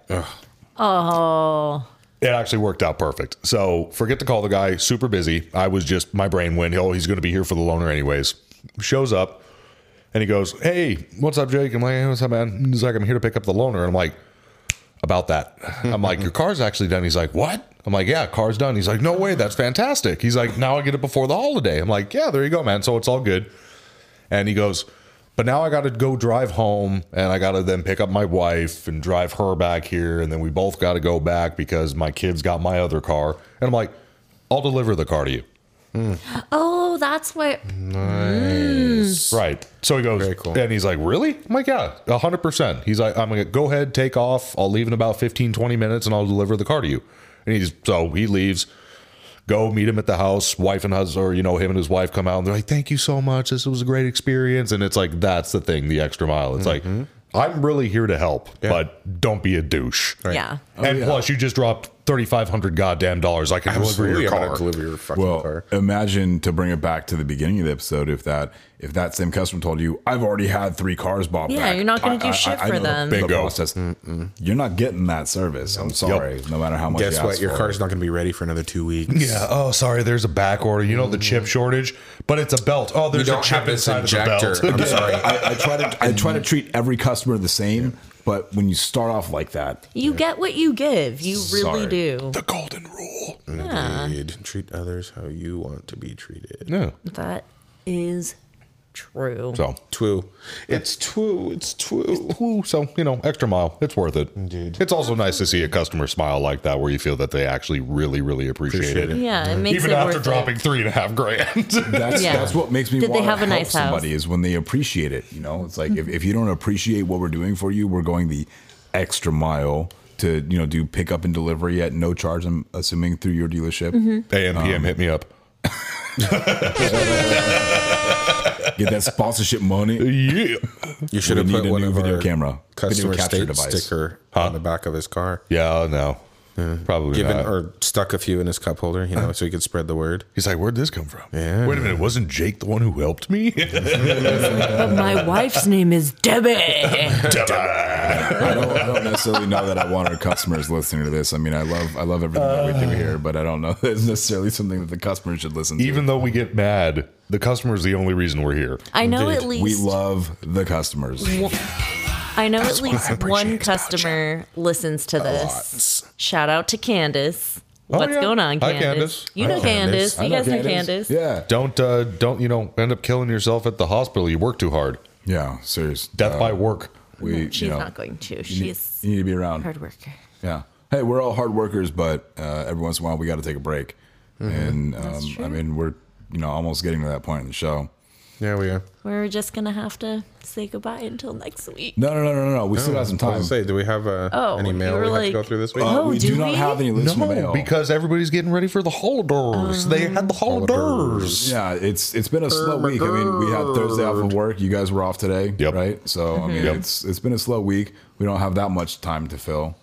Oh.
It actually worked out perfect. So forget to call the guy, super busy. I was just, my brain went, oh, he's going to be here for the loaner anyways. Shows up and he goes, hey, what's up, Jake? I'm like, "Hey, what's up, man? He's like, I'm here to pick up the loaner. And I'm like, about that. I'm like, your car's actually done. He's like, what? I'm like, yeah, car's done. He's like, no way, that's fantastic. He's like, now I get it before the holiday. I'm like, yeah, there you go, man. So it's all good. And he goes, but now I got to go drive home and I got to then pick up my wife and drive her back here. And then we both got to go back because my kids got my other car. And I'm like, I'll deliver the car to you.
Oh, that's what.
Right. So he goes,
cool.
and he's like, really? I'm like, yeah, 100%. He's like, I'm going to go ahead, take off. I'll leave in about 15, 20 minutes and I'll deliver the car to you. And he's, so he leaves, go meet him at the house, wife and husband, or you know, him and his wife come out and they're like, "Thank you so much. This was a great experience." And it's like that's the thing, the extra mile. It's like I'm really here to help, but don't be a douche.
Mm-hmm. Right. Yeah. Oh,
and
yeah.
plus, you just dropped thirty five hundred goddamn dollars. I can deliver your car. uh,
well, imagine to bring it back to the beginning of the episode. If that if that same customer told you, "I've already had three cars bought
Yeah,
back,"
you're not gonna
I-
do
I-
shit
I
for
know the-
them.
the
Bingo.
process. You're not getting that service. I'm sorry, no matter how much.
Guess
you
what?
ask
Your
for.
car's not going to be ready for another two weeks.
Yeah. Oh, sorry. There's a back order. You know the chip shortage, but it's a belt. Oh, there's
We
a
Mm-hmm. don't
chip
have this
inside of the *laughs*
injector.
belt.
I'm sorry.
I, I try to I
*laughs*
try to treat every customer the same, but when you start off like that,
You get what you give. You really
Sorry.
do.
The golden rule.
Yeah.
Indeed. Treat others how you want to be treated.
No.
That is true.
So
Twoo. It's twoo. It's twoo.
Woo, so you know, extra mile, it's worth it. Indeed. It's also nice to see a customer smile like that, where you feel that they actually really, really appreciate,
Appreciate
it.
it.
Yeah, it makes
Even
it
after
worth
dropping three and a half grand. *laughs*
that's
Yeah.
that's what makes me
Did they
want
have a
to help
nice house?
somebody is when they appreciate it. You know, it's like if, if you don't appreciate what we're doing for you, we're going the extra mile to you know do pickup and delivery at no charge. I'm assuming through your dealership.
Mm-hmm.
AM PM,
Um,
hit me up.
Get that
*laughs*
sponsorship money.
Yeah.
You should
We
have put
need a
one
new
of
video
our
camera,
customer
video capture
state
device.
sticker on the back of his car.
Yeah, no. Probably
Given
not.
or stuck a few in his cup holder, you know, so he could spread the word.
He's like, where'd this come from?
Yeah.
Wait a minute, wasn't Jake the one who helped me? *laughs*
But
*laughs*
my wife's name is Debbie.
I don't, I don't necessarily know that I want our customers listening to this. I mean, I love I love everything that we do here, but I don't know *laughs* that it's necessarily something that the customers should listen to.
Even though we get mad, the customer is the only reason we're here.
I know at
we
least
love the customers.
I know at least one customer listens to this. Shout out to Candace.
Oh,
What's
yeah.
going on,
Hi,
Candace?
Candace.
You know Candace. You guys know Candace.
Yeah.
Don't uh, don't you know end up killing yourself at the hospital. You work too hard.
Yeah, serious.
Death
Uh,
by work.
we,
She's
you know,
not going to.
you need,
She's
you need to be around.
a hard worker.
Yeah. Hey, we're all hard workers, but uh, every once in a while we got to take a break. And um, I mean, we're you know almost getting to that point in the show.
Yeah, we are.
We're just gonna have to say goodbye until next week.
No, no, no, no, no. no. We still got some
I
time.
was gonna say, do we have uh,
Oh,
any
you
mail
were
we have
like-
to go through this week?
Uh,
Oh,
we
do
do not
we?
have any listener
No,
mail.
because everybody's getting ready for the holidays. they
Uh-huh.
had the holidays.
Yeah, it's it's been a slow week. I mean, we had Thursday off of work. You guys were off today,
Yep.
right? So
Mm-hmm.
I mean,
Yep.
it's it's been a slow week. We don't have that much time to fill,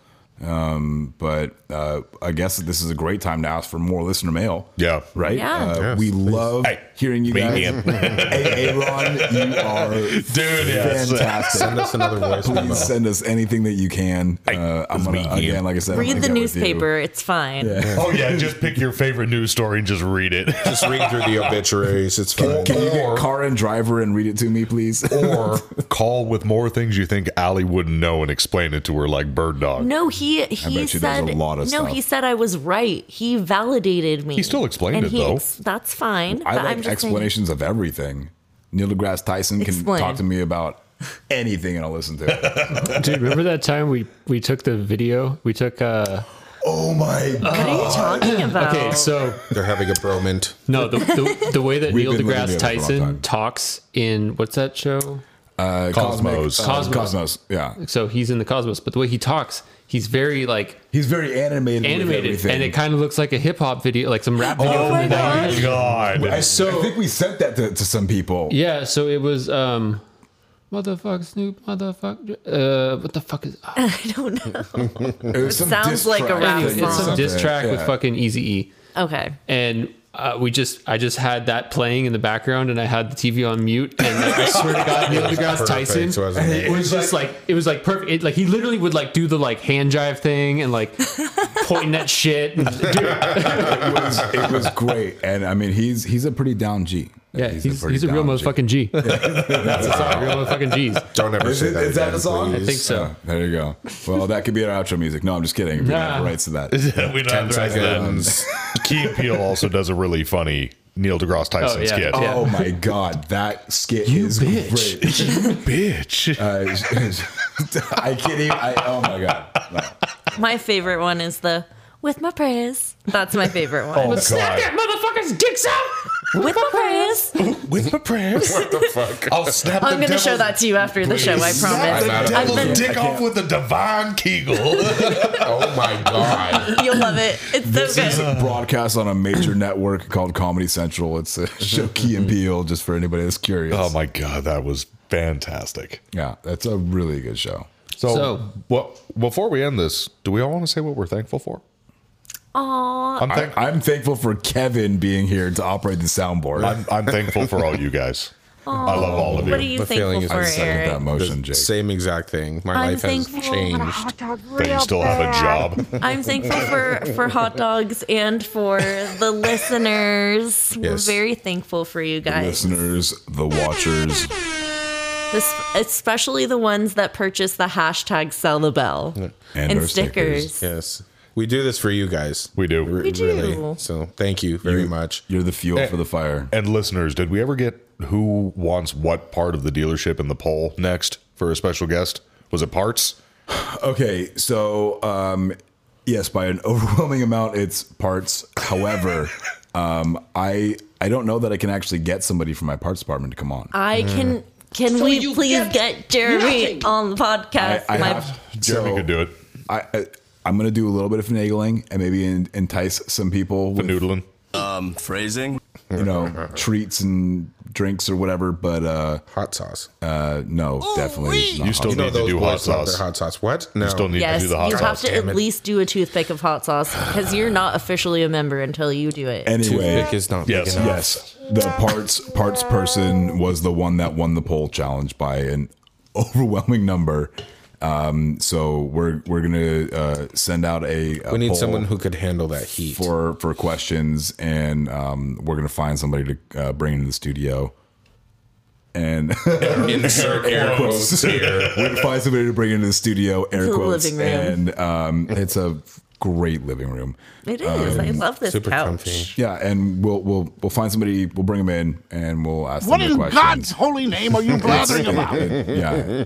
um, but uh, I guess this is a great time to ask for more listener mail.
Yeah.
right.
Yeah.
Uh, we love
Hey,
hearing you
lean
guys.
me in.
*laughs* hey, Aaron, you
*laughs*
are
Dude, yes.
fantastic.
*laughs* Send us another voice memo.
Please send us anything that you can. Uh, I'm gonna
me, Ian.
again, like I said, I'm
Read
gonna
the
get with you.
newspaper. It's fine.
Oh yeah, just pick your favorite news story and just read it.
Just read through the obituaries. It's fine.
Can you get car and driver and read it to me, please?
*laughs* *laughs* or call with more things you think Allie wouldn't know and explain it to her like bird dog.
No, he he
bet you there's
said
a lot
no.
of
He
stuff.
said I was right. He validated me.
He still explained
And
it,
he
though.
that's fine.
*laughs* I
but
like
I'm just saying-
explanations of everything. Neil deGrasse Tyson can
Explain.
talk to me about anything and I'll listen to
*laughs*
it.
Dude, remember that time we we took the video? We took uh
oh my
What are you
*gasps*
talking about?
Oh.
Okay, so
They're having a broment.
no, the the, the way that
We've
Neil
been living
deGrasse
together for a long
Tyson
time.
talks in what's that show?
Uh,
Cosmos.
Cosmic- uh,
Cosmos.
Cosmos. Yeah.
So he's in the cosmos, but the way he talks, he's very like
He's very animated. with
animated,
everything. Oh
and it kind of looks like a hip hop video, like some rap video
my
from the
God.
90s.
God.
I, I think we sent that to, to some people.
Yeah, so it was um motherfuck Snoop, motherfuck uh what the fuck is
*laughs* I don't know.
It, was some
sounds
diss
like a
track
rap
thing or
Anyway, it's some
song.
diss
something.
track with
Yeah.
fucking Easy E.
Okay.
and uh, we just I just had that playing in the background, and I had the TV on mute, *laughs* and like, I swear to God, Neil deGrasse
Perfect,
Tyson.
wasn't it?
It *laughs* was just like it was like perfect. It, like he literally would like do the like hand jive thing and *laughs* like pointing at *laughs* shit. And, dude,
It was, it was great. And I mean, he's he's a pretty down G.
yeah, he's,
pretty
he's a real
down G. Uh,
motherfucking G. That's a song, real motherfucking *laughs* G's.
Don't ever
Is,
say
it-
that.
is that
again,
the song?
please. *laughs*
I think so.
Yeah, there you go. Well, that could be our outro music. No, I'm just kidding. We don't have
Nah.
rights
*laughs*
to that.
*laughs* we don't have the right to
seconds.
that. Key and Peele also does a really funny Neil deGrasse Tyson
Oh, yeah.
skit.
Oh,
Oh my god, that skit is
bitch.
great.
Bitch.
Uh, *laughs* I can't even. I, oh my god. No.
My favorite one is the with my prayers. That's my favorite one.
Oh, God.
That motherfucker's dicks out.
Oh.
With my prayers.
With my prayers. what the fuck?
I'll snap
I'm
the
going to show
devil's-
that to you after the show, I
Please.
promise.
Snap the
I'm
devil's
gonna-
dick off with the divine Kegel. oh
my god.
You'll love it. It's so
This
good.
is broadcast on a major network called Comedy Central. It's a *laughs* show Key and Peele, just for anybody that's curious. Oh
my god, that was fantastic.
Yeah, that's a really good show.
So, well, before we end this, do we all want to say what we're thankful for?
Aw.
I'm thank-
I, am thankful for Kevin being here to operate the soundboard.
I'm, I'm thankful for all you guys.
Aw.
I love all of you.
What are you
The
thankful
feeling is
for,
the same
Eric?
with that motion, Jake. Same exact thing. My
I'm
life has
thankful for
changed.
That you still have a job.
I'm thankful for, for hot dogs and for the listeners. We're
Yes.
very thankful for you
The
guys.
listeners, the watchers.
This, especially the ones that purchase the hashtag sell the bell and,
our
stickers.
Yes. We do this for you guys.
We do.
We do.
Really. So thank you very much.
You're the fuel
for
the fire.
And listeners, did we ever get who wants what part of the dealership in the poll next for a special guest? Was it parts?
Okay, so um, yes, by an *laughs* overwhelming amount, it's parts. However, um, I I don't know that I can actually get somebody from my parts department to come on.
I can. Can we please get, Jeremy on the podcast?
I
My-
have-
Jeremy could do it.
I, I I'm gonna do a little bit of finagling and maybe en- entice some people. With,
Fanoodling.
Um, phrasing.
*laughs*
You know, treats and drinks or whatever, but uh,
hot sauce.
Uh, no, definitely. not
You still
hot
need
sauce.
to do hot
love
sauce.
their hot sauce. What?
You
No.
still need
yes,
to do the hot
you
sauce.
have to at least do a toothpick of hot sauce because you're not officially a member until you do
*laughs*
it.
Anyway,
Toothpick is not big
yes,
enough.
yes. The parts parts person was the one that won the poll challenge by an *laughs* overwhelming number. Um, so we're we're gonna uh, send out a, a
We need
poll
someone who could handle that heat.
for for questions, and um, we're gonna find somebody to uh, bring into the studio. And *laughs*
Insert air quotes here.
We're gonna find somebody to bring into the studio. Air
To the
quotes.
living room.
And um, it's a great living room.
It is. I
Um,
love this couch.
yeah, and we'll we'll we'll find somebody. We'll bring them in, and we'll ask
What in
them the question.
God's holy name are you blathering about?
*laughs* yeah,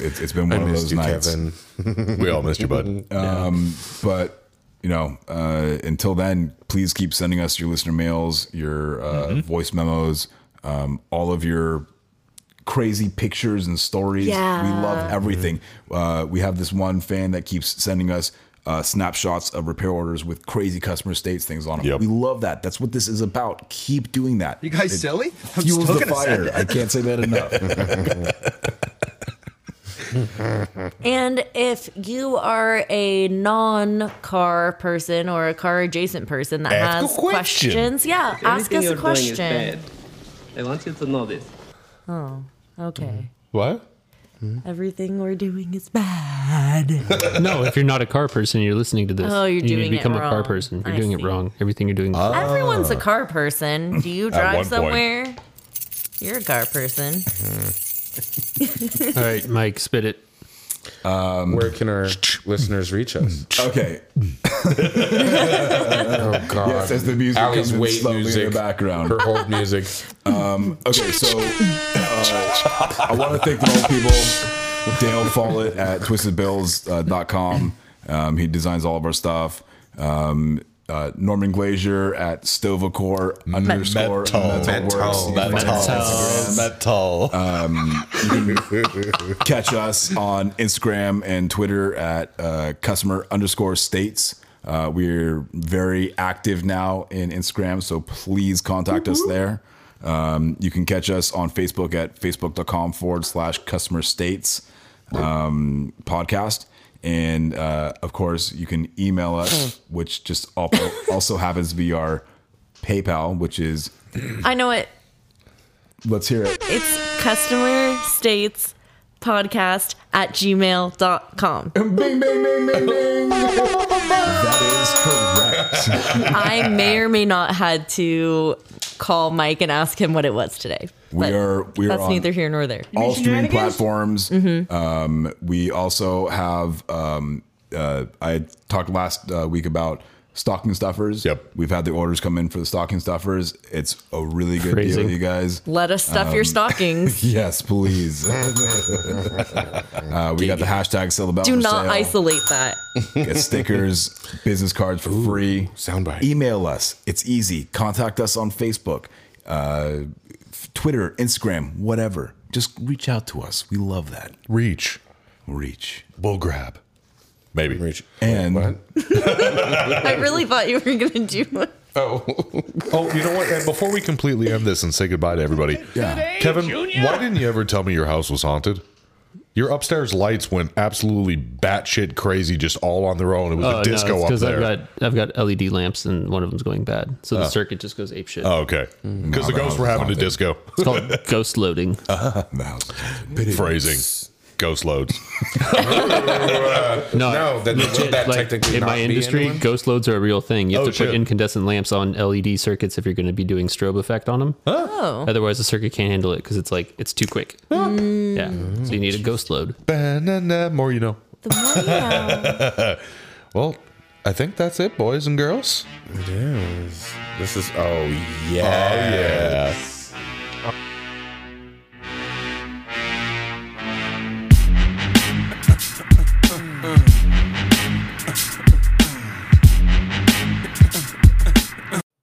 it's, it's been
I
one of
missed
those
you,
nights.
Kevin.
We all missed you,
*laughs*
bud.
Um, But you know, uh, until then, please keep sending us your listener mails, your uh, voice memos, um, all of your crazy pictures and stories. We
Yeah.
love everything. Uh, we have this one fan that keeps sending us. Uh, snapshots of repair orders with crazy customer states things on them.
Yep.
We love that. That's what this is about. Keep doing that.
You guys
It
silly? I'm
Fuels
still
the
gonna say
fire.
that.
I can't say that
*laughs*
enough.
And if you are a non car person or a car adjacent person that
Ask a
has
question.
questions, yeah,
If
ask
anything
us
you're
a
doing is
question.
bad, I want you to know this.
Oh, okay.
Mm-hmm.
What?
Everything we're doing is bad.
no, if you're not a car person, you're listening to this.
Oh, you're
you need
doing
to
it
become a car
wrong.
person. You're
I
doing it wrong. Everything you're doing. is wrong.
Everyone's a car person. Do you
At one
drive
point.
somewhere? You're a car person.
All right, Mike, spit it.
Um, Where can our listeners reach us?
Okay.
*laughs* oh God.
Yes, as the music
Allie's
comes in
wait
slowly in the
music,
background.
Her hold *laughs* music.
Um, okay, so uh, I want to thank the old people. Dale Follett at twistedbills.com. Um, he designs all of our stuff. Um, uh, Norman Glazier at Stovacor underscore
Metal.
Works. You can
Metal.
find us on Instagram.
Metal.
Um, you can catch us on Instagram and Twitter at uh, customer underscore states. Uh, we're very active now in Instagram, so please contact
Mm-hmm.
us there. Um, you can catch us on Facebook at facebook.com forward slash customer states um, podcast. And uh, of course, you can email us,
Hmm.
which just al- also happens to be our PayPal, which is
I know it.
let's hear it.
It's customer states podcast at
*laughs*
gmail.com.
Bing, bing, bing, bing, bing. That
*laughs*
is correct.
I may or may not had to call Mike and ask him what it was today.
We are we are
That's
on
neither here nor there.
all streaming platforms.
Mm-hmm.
Um, we also have. Um, uh, I talked last uh, week about stocking stuffers. Yep, we've had the orders come in for the stocking stuffers. It's a really good
Phrasing.
deal, you guys.
Let us stuff your
Um, *laughs*
stockings.
Yes,
*laughs*
please. uh, we got the hashtag sell about.
Do
for
not
sale.
isolate that.
Get stickers,
*laughs*
business cards for free. Soundbite. Email us. It's easy. Contact us on Facebook. uh, Twitter, Instagram, whatever. Just reach out to us. We love that.
Reach.
Reach.
Bull grab. Maybe.
Reach. And
I
*laughs*
really thought you were going to do one.
Oh, oh! You know what? And before we completely end this and say goodbye to everybody,
Yeah.
Kevin, why didn't you ever tell me your house was haunted? Your upstairs lights went absolutely batshit crazy, just all on their own. It was
Oh,
a disco up
because
there.
I've got I've got LED lamps and one of them's going bad, so
Oh.
the circuit just goes apeshit.
oh, okay, because
Mm.
the
Nah, the
ghosts
house
were having
is
a
haunted.
disco.
It's called ghost loading.
the house.
Phrasing. Ghost loads.
No,
no, that,
legit,
would that
like,
technically
in
not
my
be
industry,
anyone?
ghost loads are a real thing. You have
Oh,
to put
shit.
incandescent lamps on LED circuits if you're going to be doing strobe effect on them.
Oh.
Otherwise, the circuit can't handle it because it's like it's too quick. Yeah, so you need a ghost load.
Banana, more you know.
The more you know.
Well, I think that's it, boys and girls.
It is. This is oh
yeah.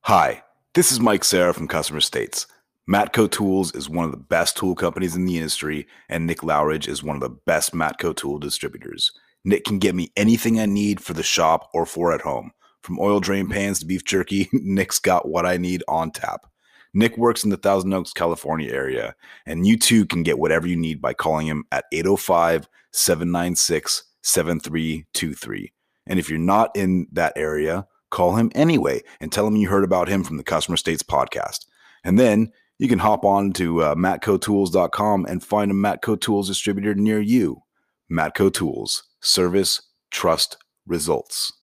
Hi, this is Mike Sarah from Customer States. Matco Tools is one of the best tool companies in the industry, and Nick Lowridge is one of the best Matco tool distributors. Nick can get me anything I need for the shop or for at home. From oil drain pans to beef jerky, *laughs* Nick's got what I need on tap. Nick works in the Thousand Oaks, California area, and you too can get whatever you need by calling him at 805 796 7323. And if you're not in that area, call him anyway and tell him you heard about him from the Customer States podcast. And then you can hop on to uh, matcotools.com and find a Matco Tools distributor near you. Matco Tools, service, trust, results.